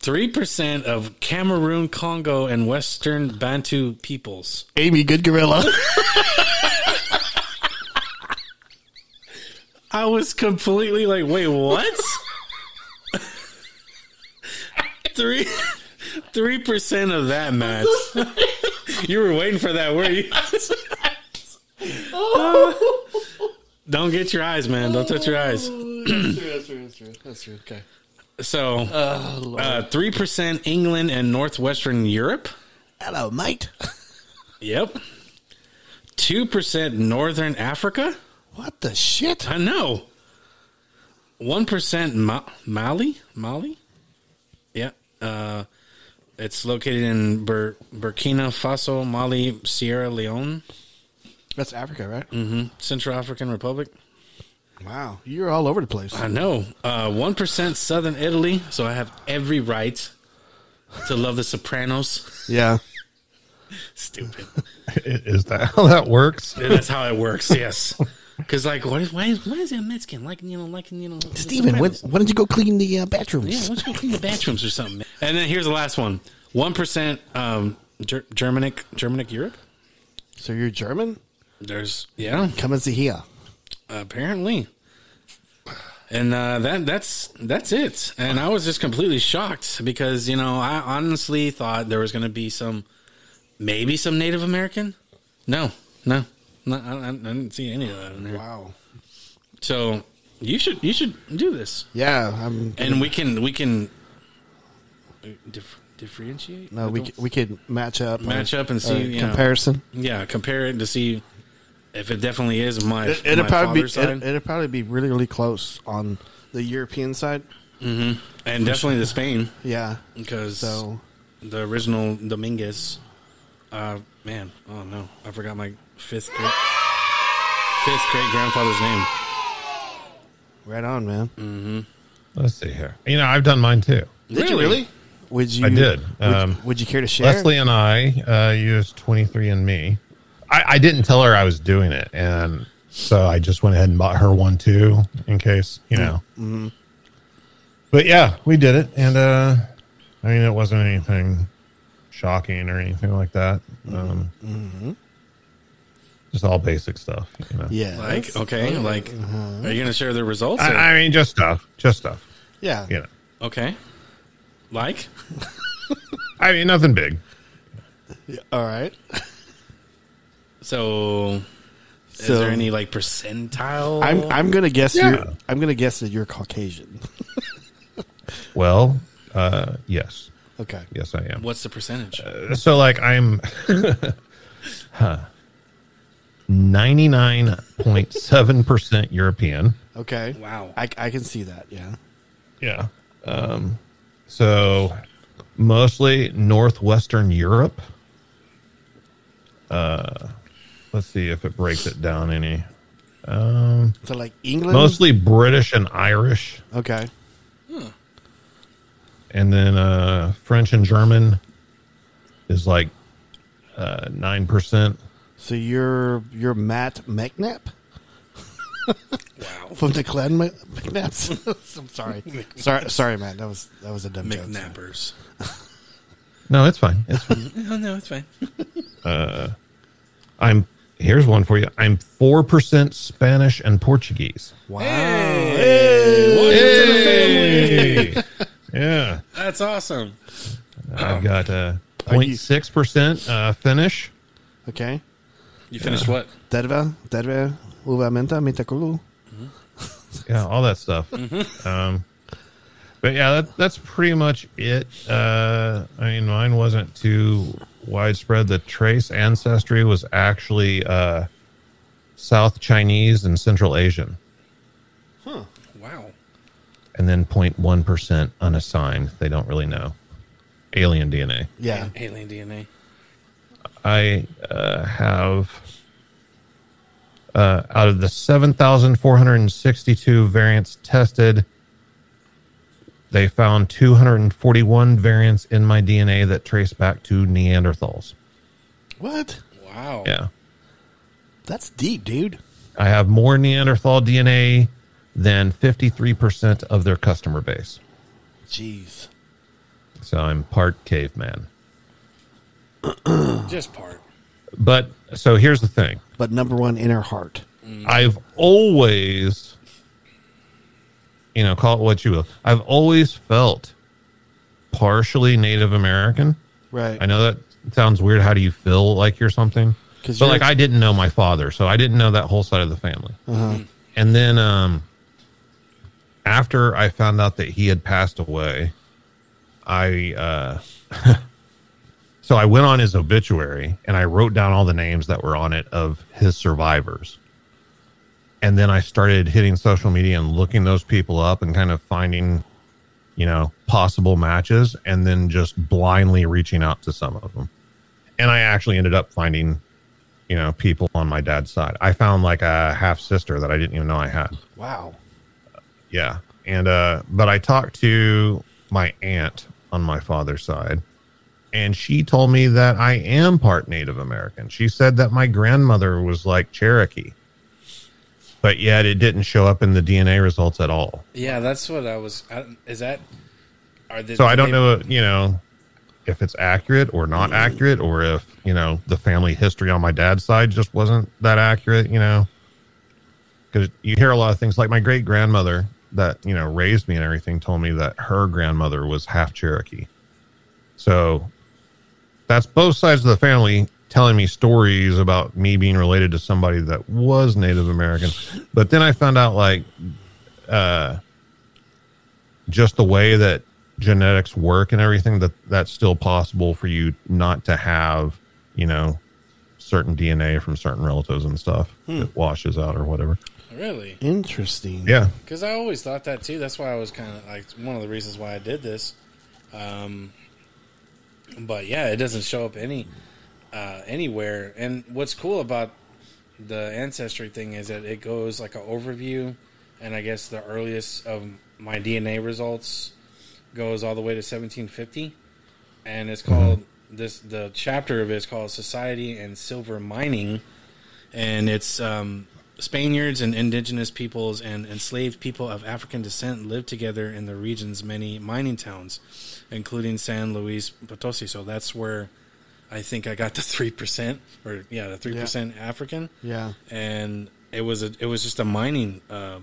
Three percent of Cameroon, Congo, and Western Bantu peoples.
Amy Good Gorilla.
I was completely like, wait, what? Three. Three percent of that, Matt. you were waiting for that, were you? Don't get your eyes, man. Don't touch your eyes.
That's true. Okay.
So, uh, three percent England and northwestern Europe.
Hello, mate.
Yep. Two percent northern Africa. Uh,
What the shit?
I know. One percent Ma- Mali, Mali. Yeah. Uh, It's located in Bur- Burkina Faso, Mali, Sierra Leone,
That's Africa, right?
Central African Republic.
Wow, you're all over the place.
I know. Uh, One Southern Italy, so I have every right to love The Sopranos.
yeah,
Stupid.
Is that how that works?
That's how it works. Yes. Because like, what is why is why is it a Mexican like you know like you know
Steven, when,
Sopranos?
why don't you go clean the uh,
Yeah,
bathrooms?
let's go clean the bathrooms or something. And then here's the last one. One percent um, Ger- Germanic Germanic Europe.
So you're German?
There's yeah,
Come and see here.
apparently. And uh, that that's that's it. And I was just completely shocked because you know I honestly thought there was going to be some, maybe some Native American. No, no, no I, I I didn't see any of that in there.
Wow.
So you should you should do this,
Yeah, I'm.
and we can we can uh, dif- differentiate.
no, we
Don't-
c- we could match up,
Match
or-
up and
or
see, you know.
comparison.
Yeah, compare it to see if it definitely is my,
It, it'll
my
probably be
father's side,
it, will probably be really really close on the European side.
and definitely the Spain
Yeah,
because
so
the original Dominguez. Uh, man, oh no, I forgot my fifth great, fifth great grandfather's name.
right on, man.
Let's see here. You know, I've done mine too.
Did you really? Would you?
I did.
Would,
Um,
would you care to share?
Leslie and I uh, used 23andMe. I, I didn't tell her I was doing it, and so I just went ahead and bought her one too, in case you know.
Mm-hmm.
But yeah, we did it, and uh, I mean, it wasn't anything shocking or anything like that.
Mm-hmm.
Um, Just all basic stuff, you know.
Yeah.
Like okay,
Oh.
like
Mm-hmm.
are you gonna share the results?
I,
or-
I mean, just stuff, just stuff,
yeah.
you know.
okay, like
I mean, nothing big.
All right.
so. Is
So-
there any like percentile?
I'm I'm gonna guess
Yeah.
you're I'm gonna guess that you're Caucasian.
Well, uh, yes,
Okay.
yes, I am.
What's the percentage?
Uh,
so like I'm ninety nine point seven percent European.
Okay.
Wow.
I, I can see that. Yeah.
Yeah. Um, so mostly northwestern Europe. Uh, let's see if it breaks it down any.
So like England.
Mostly British and Irish,
Okay.
and then uh, French and German is like uh, nine percent.
So you're you're Matt McNabb. wow. From the Clan Mc- McNabs. I'm sorry. sorry. Sorry, Matt. That was that was a dumb joke.
McNappers.
No, it's fine. It's fine.
Oh no, it's fine.
I'm here's one for you. I'm four percent Spanish and Portuguese.
Wow.
yeah,
That's awesome.
I've got uh,
Are you-
06 percent uh, Finnish.
Okay.
You finished what?
Terve, terve, uva menta, mitä kuluu?
Yeah, all that stuff. Um, but yeah, that, that's pretty much it. Uh, I mean, mine wasn't too widespread. The trace ancestry was actually uh, South Chinese and Central Asian,
Wow.
and then 0.1 percent unassigned. They don't really know alien DNA.
Yeah.
Alien DNA.
I uh, have uh, out of the 7,462 variants tested, they found 241 variants in my DNA that trace back to Neanderthals.
What?
Wow.
Yeah.
That's deep, dude.
I have more Neanderthal DNA than 53% of their customer base.
Jeez.
So I'm part caveman.
Just part.
But so here's the thing
But number one in her heart.
I've always, you know, call it what you will. I've always felt partially Native American.
Right.
I know that sounds weird. How do you feel like you're something?
'Cause
But
you're-
like, I didn't know my father, so I didn't know that whole side of the family.
Uh-huh.
And then, um, after I found out that he had passed away, I, uh, so I went on his obituary and I wrote down all the names that were on it of his survivors. And then I started hitting social media and looking those people up and kind of finding you know, possible matches and then just blindly reaching out to some of them. And I actually ended up finding, you know, people on my dad's side. I found like a half sister that I didn't even know I had.
Wow.
Yeah. And uh but I talked to my aunt on my father's side and she told me that I am part Native American. She said that my grandmother was like Cherokee. But yet it didn't show up in the DNA results at all.
Yeah, that's what I was. I, is that? Are they,
So I don't know, you know, if it's accurate or not accurate or if, you know, the family history on my dad's side just wasn't that accurate, you know. Cuz you hear a lot of things like my great grandmother that, you know, raised me and everything told me that her grandmother was half Cherokee. So that's both sides of the family telling me stories about me being related to somebody that was Native American. But then I found out like just the way that genetics work and everything that that's still possible for you not to have you know certain dna from certain relatives and stuff that washes out or whatever
Really?
Interesting.
yeah
Because I always thought that too. That's why I was kind of like one of the reasons why I did this. Um, but yeah, it doesn't show up any uh, anywhere. And what's cool about the ancestry thing is that it goes like an overview, and I guess the earliest of my DNA results goes all the way to 1750, and
Mm-hmm.
it's called this. The chapter of it is called "Society and Silver Mining." and it's um, Spaniards and indigenous peoples and enslaved people of African descent lived together in the region's many mining towns, including San Luis Potosi. So that's where I think I got the three percent, or yeah, the three percent African
Yeah.
and it was a it was just a mining uh,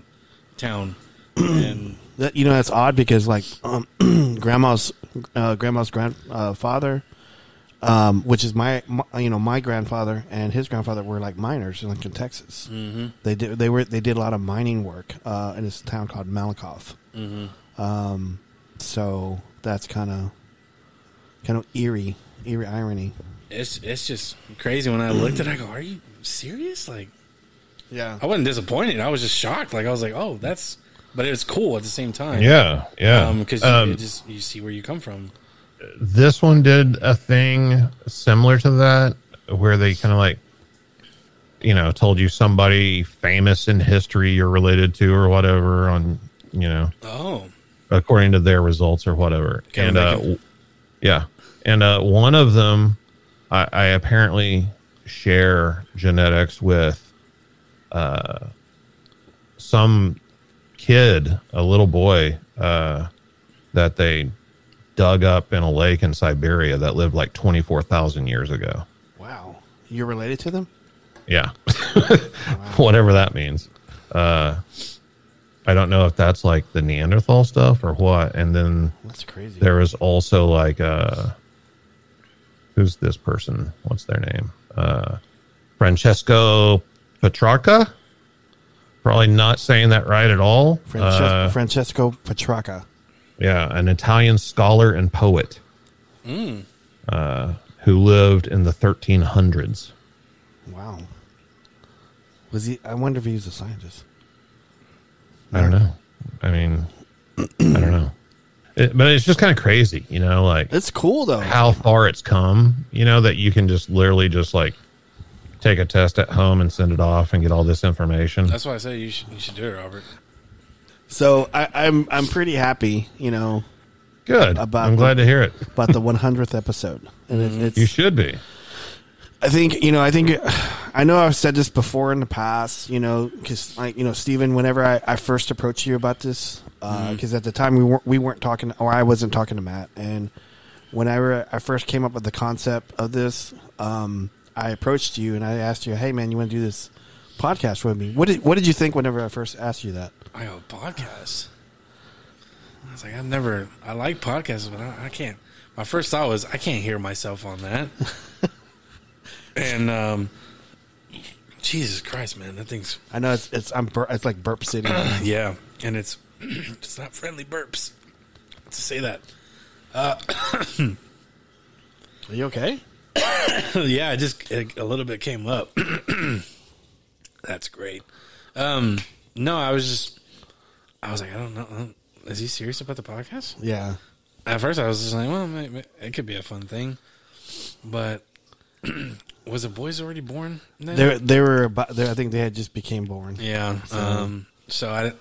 town, and
That, you know that's odd because like um, grandma's uh, grandma's grandfather, uh, father, um, which is my, my you know my grandfather and his grandfather were like miners in Lincoln, Texas. Mm-hmm. They did they were they did a lot of mining work uh, in this town called Malakoff. Mm-hmm. Um, so that's kind of kind of eerie eerie irony.
it's it's just crazy. When I looked at, it, I go, "Are you serious?" Like
Yeah,
I wasn't disappointed. I was just shocked. Like I was like, "Oh, that's," but it was cool at the same time.
yeah yeah Um,
because Um, you, it just you see where you come from.
this one did a thing similar to that where they kind of like you know told you somebody famous in history you're related to or whatever on you know
Oh,
according to their results or whatever.
Kinda
and
like
uh,
a-
w- yeah, and uh, one of them, I, I apparently share genetics with uh, some kid, a little boy uh, that they dug up in a lake in Siberia that lived like twenty four thousand years ago.
wow. You're related to them?
Yeah. Whatever that means. Uh, I don't know if that's like the Neanderthal stuff or what. And then
That's crazy.
there was also like uh who's this person? What's their name? Uh Francesco Petrarca? Probably not saying that right at all.
Frances-
Uh,
Francesco Petrarca.
yeah, an Italian scholar and poet uh, who lived in the 1300s.
Wow. Was he? I wonder if he was a scientist.
I don't know. I mean, I don't know. It, but it's just kind of crazy, you know, like
It's cool though.
how far it's come, you know, that you can just literally just like take a test at home and send it off and get all this information.
that's why I say you should, you should do it, Robert.
So I, I'm I'm pretty happy, you know,
Good.
about
I'm glad
the-
to hear it.
about the 100th episode, and it,
You
it's.
should be.
I think you know. I think I know. I've said this before in the past, you know, because like you know, Steven, whenever I, I first approached you about this, because at the time we weren't we weren't talking, or I wasn't talking to Matt, and whenever I first came up with the concept of this, um, I approached you and I asked you, "Hey, man, you want to do this podcast with me?" What did What did you think whenever I first asked you that?
I go podcast. I was like, I've never. I like podcasts, but I, I can't. My first thought was, I can't hear myself on that. and um, Jesus Christ, man, that thing's
I know it's it's I'm bur- it's like burp city.
yeah, and it's it's not friendly burps to say that.
Are you okay?
yeah, it just it, a little bit came up. That's great. Um, no, I was just, I was like, I don't know. I don't- is he serious about the podcast?
Yeah.
At first, I was just like, well, may- may- it could be a fun thing, but was the boys already born? Then?
They they were about, they, I think they had just became born.
yeah. Um, so I,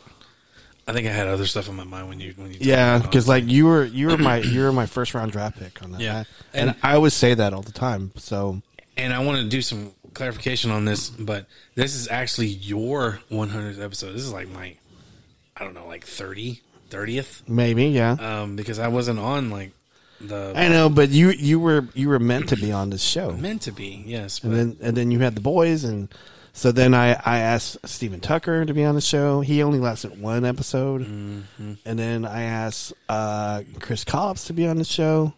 I think I had other stuff in my mind when you when you.
Yeah,
talked about
because
it.
like you were you were my you were my first round draft pick on that.
Yeah.
and,
And-
I always say that all the time. So
and I want to do some clarification on this, but this is actually your 100th episode. This is like my, I don't know, like 30, 30th,
maybe yeah,
um, because I wasn't on like the
I know. But you you were you were meant to be on this show,
meant to be. Yes, but
and then and then you had the boys, and so then I I asked Stephen Tucker to be on the show. He only lasted one episode,
Mm-hmm.
and then I asked uh, Chris Cobbs to be on the show,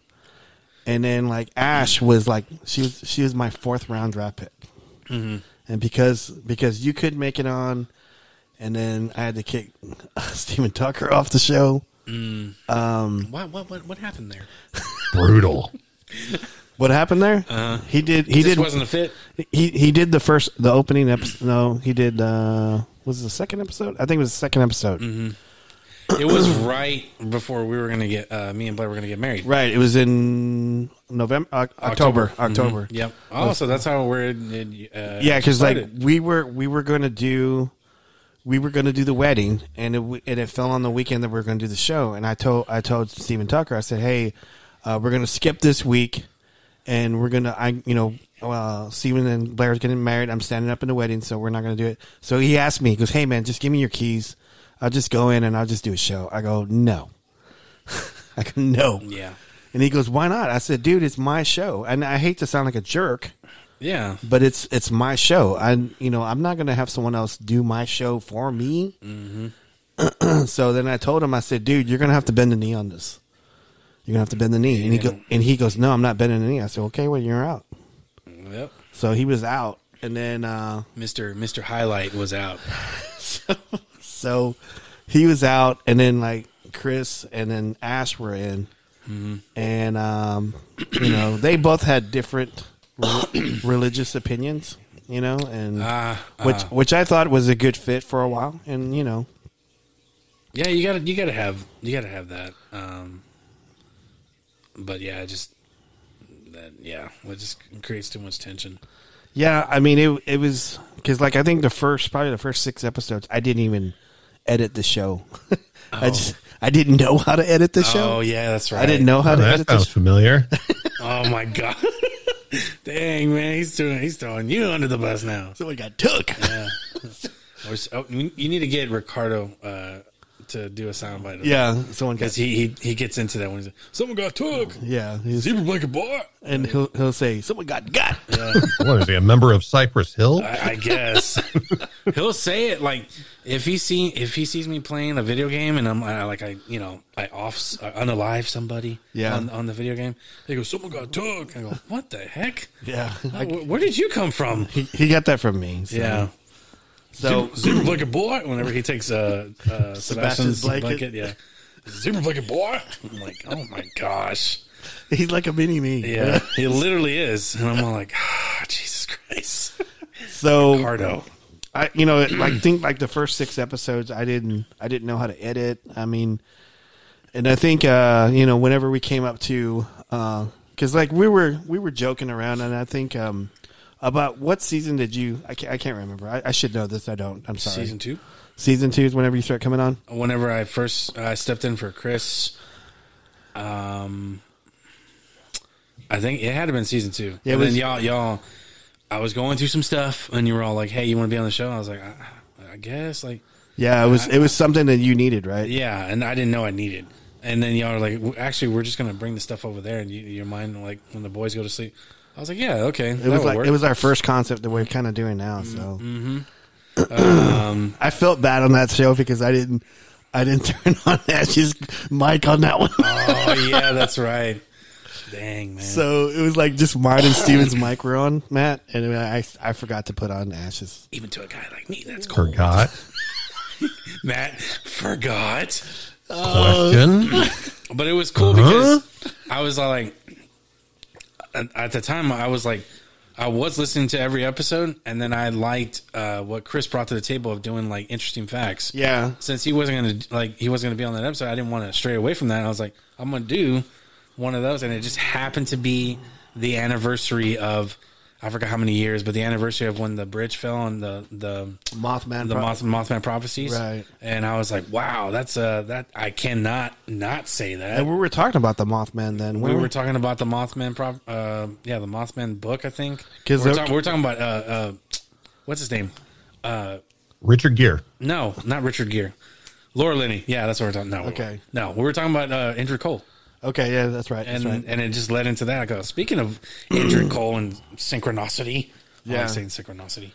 and then like Ash was like she was she was my fourth round draft pick,
Mm-hmm.
and because because you could make it on, and then I had to kick Stephen Tucker off the show.
what, what what what happened there?
Brutal.
What happened there? He did he
Uh-huh. He just
did
wasn't a fit.
he he did the first the opening episode. No, he did. uh Was it the second episode? I think it was the second episode.
It was right before we were gonna get uh, me and Blair were gonna get married. Mm-hmm.
Right. It was in November, Oc October, October. Yeah.
Yep. Oh, so that's how we're. in- Uh,
Yeah, because like
started.
we were we were going to do we were going to do the wedding, and it w- and it fell on the weekend that we were going to do the show. And I told I told Stephen Tucker, I said, hey, uh, we're going to skip this week, and we're going to I you know. Well, Stephen and Blair's getting married. I'm standing up in the wedding, so we're not going to do it. So he asked me, he goes, "Hey man, just give me your keys. I'll just go in and I'll just do a show." I go, "No." I go, "No."
yeah,
And he goes, "Why not?" I said, "Dude, it's my show." And I hate to sound like a jerk,
yeah.
but it's it's my show. I you know I'm not gonna have someone else do my show for me. so then I told him I said, dude, you're gonna have to bend the knee on this. You're gonna have to bend the knee, and he go, and he goes, no, I'm not bending the knee. I said, okay, well you're out.
Yep.
So he was out, and then uh,
Mister Mister Highlight was out.
so he was out, and then like Chris and then Ash were in, and um, you know they both had different re- religious opinions, you know, and
Ah,
which
ah.
which I thought was a good fit for a while, and you know,
Yeah, you gotta you gotta have you gotta have that. Um, but yeah, I just that yeah, it just creates too much tension.
yeah, I mean it it was because like I think the first probably the first six episodes I didn't even edit the show, I just I didn't know how to edit the
Oh
show.
yeah, that's right.
I didn't know how to
that
edit the
sounds
show.
familiar.
Oh my god. Dang man, he's doing he's throwing you under the bus now.
Someone got took.
Or s- oh, you you need to get Ricardo uh, to do a soundbite.
Yeah, someone got
because he, he he gets into that when he's like, someone got took.
yeah, he's-
Zebra blanket boy.
and he'll he'll say someone got got.
what is he? A member of Cypress Hill?
I, I guess he'll say it like if he see if he sees me playing a video game and I'm I, like I you know I off I unalive somebody
Yeah.
on, on the video game. They go someone got took. I go what the heck?
Yeah,
Wh- Where did you come from?
he, he got that from me. So.
Yeah.
So
Zebra blanket boy. Whenever he takes uh, uh, Sebastian's blanket.
blanket.
yeah. Zebra blanket boy. I'm like, oh my gosh,
he's like a mini me.
yeah, he literally is, and I'm all like, ah, Jesus Christ,
So
Cardo.
I, you know, like think like the first six episodes, I didn't, I didn't know how to edit. I mean, and I think, uh, you know, whenever we came up to, uh 'cause cause like we were, we were joking around and I think, um, about what season did you, I can't, I can't remember. I, I should know this. I don't, I'm sorry.
Season two.
Season two is whenever you start coming on.
whenever I first uh, stepped in for Chris, um, I think it had to have been season two.
Yeah, it
and then
was-
y'all, y'all, I was going through some stuff, and you were all like, "Hey, you want to be on the show?" And I was like, I, "I guess." Like,
Yeah. It was, it was something that you needed, right?
yeah, and I didn't know I needed. And then y'all were like, "W- "Actually, we're just gonna bring the stuff over there." And you, your mind, like, when the boys go to sleep, I was like, "Yeah, okay."
It was like it was our first concept that we're kind of doing now. So
Mm-hmm. Um,
I felt bad on that show because I didn't I didn't turn on Ash's mic on that one.
oh yeah, that's right. Dang man.
so it was like just mine and Steven's mic were on Matt, and I I forgot to put on Ash's.
Even to a guy like me, that's cool.
Forgot.
Matt forgot. Uh,
Question. Uh-huh.
But it
Uh-huh.
was cool because I was all like, at- at the time, I was like, I was listening to every episode, and then I liked uh, what Chris brought to the table of doing like interesting facts.
Yeah.
Since he wasn't gonna like he wasn't gonna be on that episode, I didn't want to stray away from that. I was like, I'm gonna do one of those, and it just happened to be the anniversary of I forgot how many years, but the anniversary of when the bridge fell and the the
Mothman.
the
Pro-
Moth, Mothman prophecies,
Right.
And I was like, wow, that's uh that I cannot not say that.
And we were talking about the Mothman then.
We were talking about the Mothman prop. Uh, yeah, the Mothman book. I think
'Cause they're-
we're, talk- we're talking about uh, uh, what's his name?
Richard Gere.
No, not Richard Gere. Laura Linney. Yeah, that's what we're talking. No,
Okay.
No, we were talking about uh, Andrew Cole,
okay, yeah, that's right. that's
and
right.
and it just led into that. I go. Speaking of Andrew Cole and synchronicity. Yeah,
Yeah.
I'm saying synchronicity.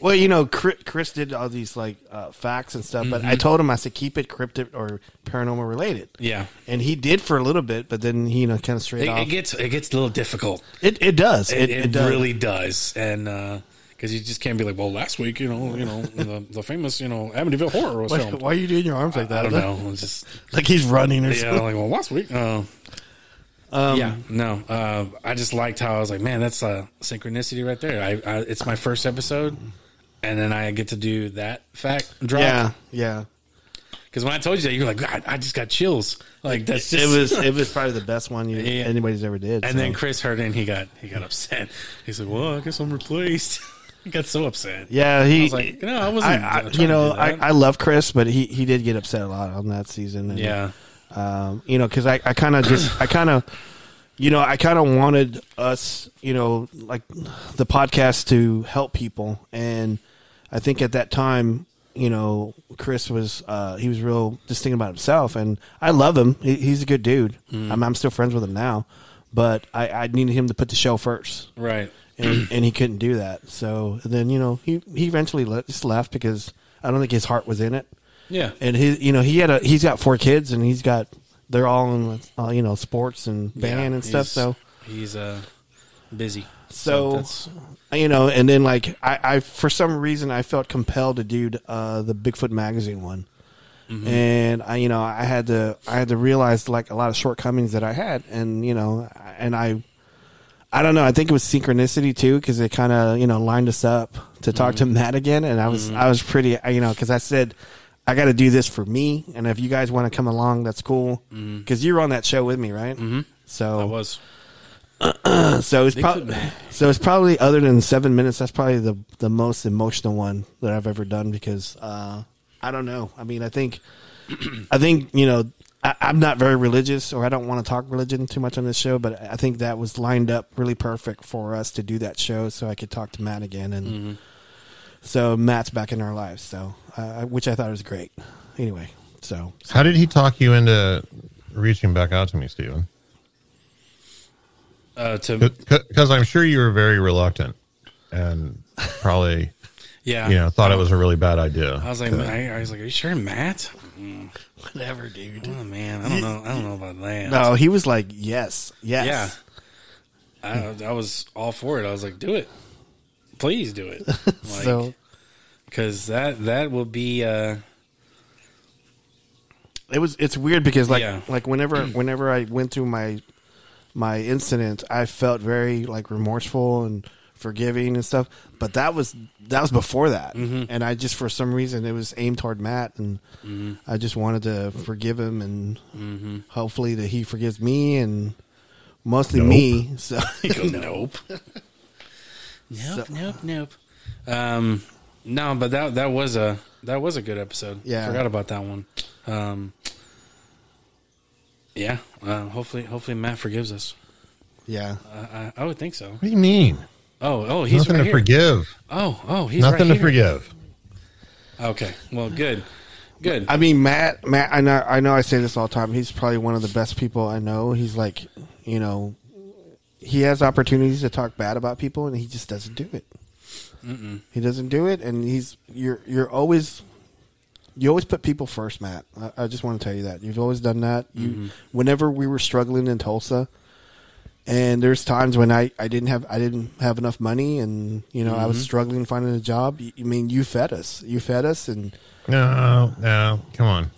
Well, you know, Chris, Chris did all these like uh, facts and stuff, but I told him I said keep it cryptic or paranormal related.
Mm-hmm. Yeah.
and he did for a little bit, but then he you know kind of straight
It,
off.
it
It,
gets it gets a little difficult.
it, does.
It,
It,
it,
it does.
really does, and because you just can't be like, well, last week, you know, you know, the, the famous, you know, Amityville horror was
Why,
filmed.
why are you doing your arms like that?
I don't know. It's just
Like he's running or
yeah,
something.
like well, last week. Uh,
Um,
yeah, no. Uh, I just liked how I was like, man, that's a synchronicity right there. I, I it's my first episode, and then I get to do that fact drop.
Yeah, yeah.
because when I told you that, you were like, God, I just got chills. Like that's
It
just.
was it was probably the best one you,
Yeah.
anybody's ever did.
and
so.
then Chris heard it, and he got he got upset. He said, "Well, I guess I'm replaced." he got so upset.
yeah, he.
I was like, no, I wasn't.
I, I,
trying
you know,
to do that."
I, I love Chris, but he, he did get upset a lot on that season. And,
yeah,
um, you know, because I, I kind of just, I kind of, you know, I kind of wanted us, you know, like the podcast to help people. And I think at that time, you know, Chris was, uh, he was real just thinking about himself. And I love him. He, he's a good dude. I'm, I'm still friends with him now. But I, I needed him to put the show first
right.
and, and he couldn't do that. So then, you know, he, he eventually le- just left because I don't think his heart was in it.
Yeah.
And he, you know, he had a, he's got four kids and he's got, they're all in, uh, you know, sports and band
Yeah,
and stuff.
he's-
So,
he's uh busy.
so,
that's-
you know, and then like, I, I, for some reason I felt compelled to do, uh, the Bigfoot magazine one.
Mm-hmm.
And I, you know, I had to, I had to realize like a lot of shortcomings that I had and, you know, I- and I, I don't know. I think it was synchronicity too, because it kind of you know lined us up to talk to
Mm-hmm.
Matt again, and I was I was pretty you know because I said I got to do this for me, and if you guys want to come along, that's cool. Because you were on that show with me, right? Mm-hmm.
Mm-hmm. I
So
was
so it's
Bigfoot
probably
Matt.
so it's probably other than seven minutes. That's probably the the most emotional one that I've ever done because uh, I don't know. I mean, I think I think you know I, I'm not very religious, or I don't want to talk religion too much on this show. But I think that was lined up really perfect for us to do that show, so I could talk to Matt again, and
Mm-hmm.
so Matt's back in our lives, so uh, which I thought was great. Anyway, so
How did he talk you into reaching back out to me, Steven?
uh to
Because I'm sure you were very reluctant and probably,
yeah.
you know, thought it was a really bad idea.
I was like,
to-
I, I was like, are you sure, Matt? Whatever, dude. Oh man, I don't know. I don't know about that.
no, Oh, he was like, yes, yes,
Yeah. I, I was all for it. I was like, do it, please do it. Like,
so.
because that that will be uh
it was it's weird because like
Yeah.
like whenever whenever I went through my my incident, I felt very like remorseful and forgiving and stuff. But that was that was before that, and I just for some reason it was aimed toward Matt, and I just wanted to forgive him, and hopefully that he forgives me and mostly me. So
nope. Nope, nope, nope. Um, no, but that that was a that was a good episode.
Yeah.
forgot about that one. Um, yeah, uh, hopefully, hopefully Matt forgives us.
yeah,
I, I, I would think so.
what do you mean?
Oh, oh, he's
Nothing
right
to
here.
forgive.
Oh, oh, he's
Nothing
right
to forgive.
here. Okay, well, good, good.
I mean Matt. Matt, I know I know I say this all the time. He's probably one of the best people I know. He's like you know. He has opportunities to talk bad about people, and he just doesn't do it. He doesn't do it, and he's you're you're always you always put people first, Matt. I, I just want to tell you that you've always done that. You whenever we were struggling in Tulsa, and there's times when I, I didn't have I didn't have enough money, and you know I was struggling finding a job. You, I mean, you fed us, you fed us, and
No, no, come on.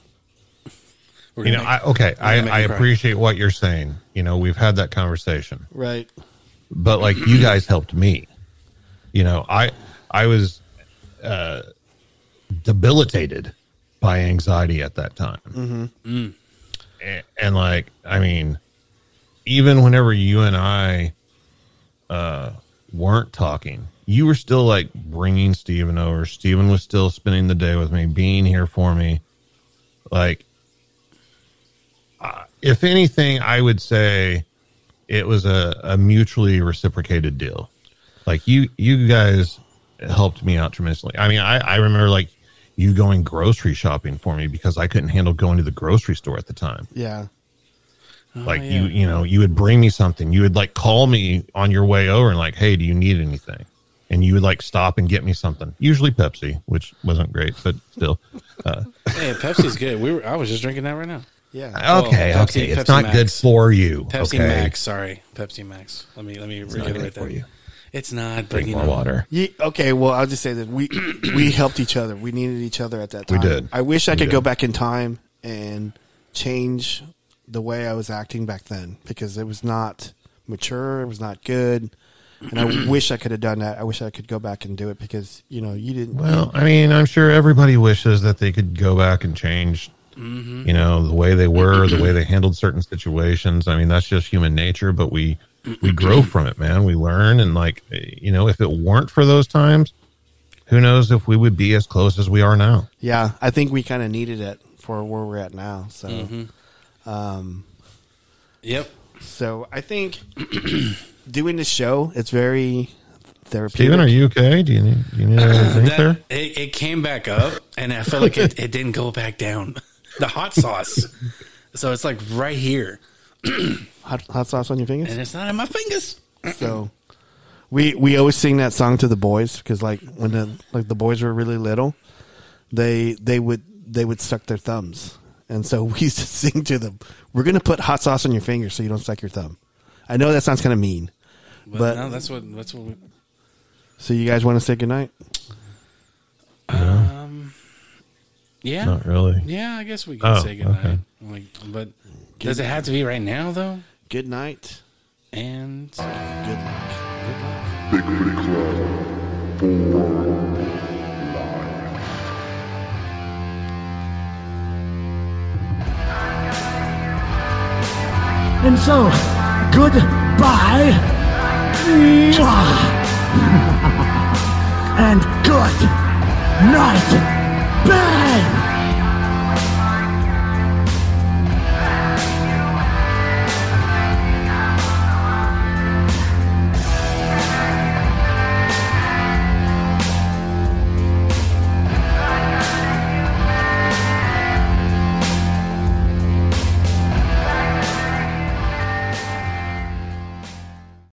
We're
You
gonna
know,
make-
I, okay, I,
gonna make
I
you cry.
appreciate what you're saying. You know, we've had that conversation.
right.
but like you guys helped me. You know, I I was uh, debilitated by anxiety at that time, A- And, like I mean, even whenever you and I uh, weren't talking, you were still like bringing Steven over. Steven was still spending the day with me, being here for me. Like, uh, if anything, I would say it was a, a mutually reciprocated deal. Like you you guys helped me out tremendously. I mean, I, I remember like you going grocery shopping for me because I couldn't handle going to the grocery store at the time.
Yeah.
Like
yeah.
you you know, you would bring me something. You would like call me on your way over and like, "Hey, do you need anything?" And you would like stop and get me something. Usually Pepsi, which wasn't great, but still. Uh,
Hey, Pepsi's good. We were, I was just drinking that right now.
Yeah.
okay,
Pepsi-
okay. It's
Pepsi
not good
Max.
for you.
Pepsi
okay?
Max, sorry, Pepsi Max. Let me let me
not
reiterate
good for
that.
you.
It's not, but
Drink
you
more
know,
water.
Ye okay, well, I'll just say that we we helped each other. We needed each other at that
We
time.
did.
I wish I
We
could
did.
go back in time and change the way I was acting back then because it was not mature. It was not good, and I wish I could have done that. I wish I could go back and do it because you know you didn't.
Well, I mean, I'm sure everybody wishes that they could go back and change, you know, the way they were, the way they handled certain situations. I mean, that's just human nature, but we we grow from it, man. We learn and like, you know, if it weren't for those times, who knows if we would be as close as we are now.
Yeah, I think we kind of needed it for where we're at now. So,
Mm-hmm.
Yep.
so I think doing the show it's very therapeutic.
Steven, are you okay? Do you need do you need anything
That-
there?
It, it came back up, and I felt like it, it didn't go back down. The hot sauce. so it's like right here,
hot, hot sauce on your fingers?
and it's not in my fingers.
So we we always sing that song to the boys because like when the like the boys were really little, they they would they would suck their thumbs, and so we used to sing to them. We're gonna put hot sauce on your fingers so you don't suck your thumb. I know that sounds kind of mean,
But,
But-
no, that's what that's what. We,
so you guys want to say goodnight?
yeah,
Not really.
yeah. I guess we can
Oh,
say goodnight.
okay.
Like, but does it have to be right now though?
Good night.
And
Good luck.
Bigfoot Club for life.
And so, goodbye. And good night. Bang!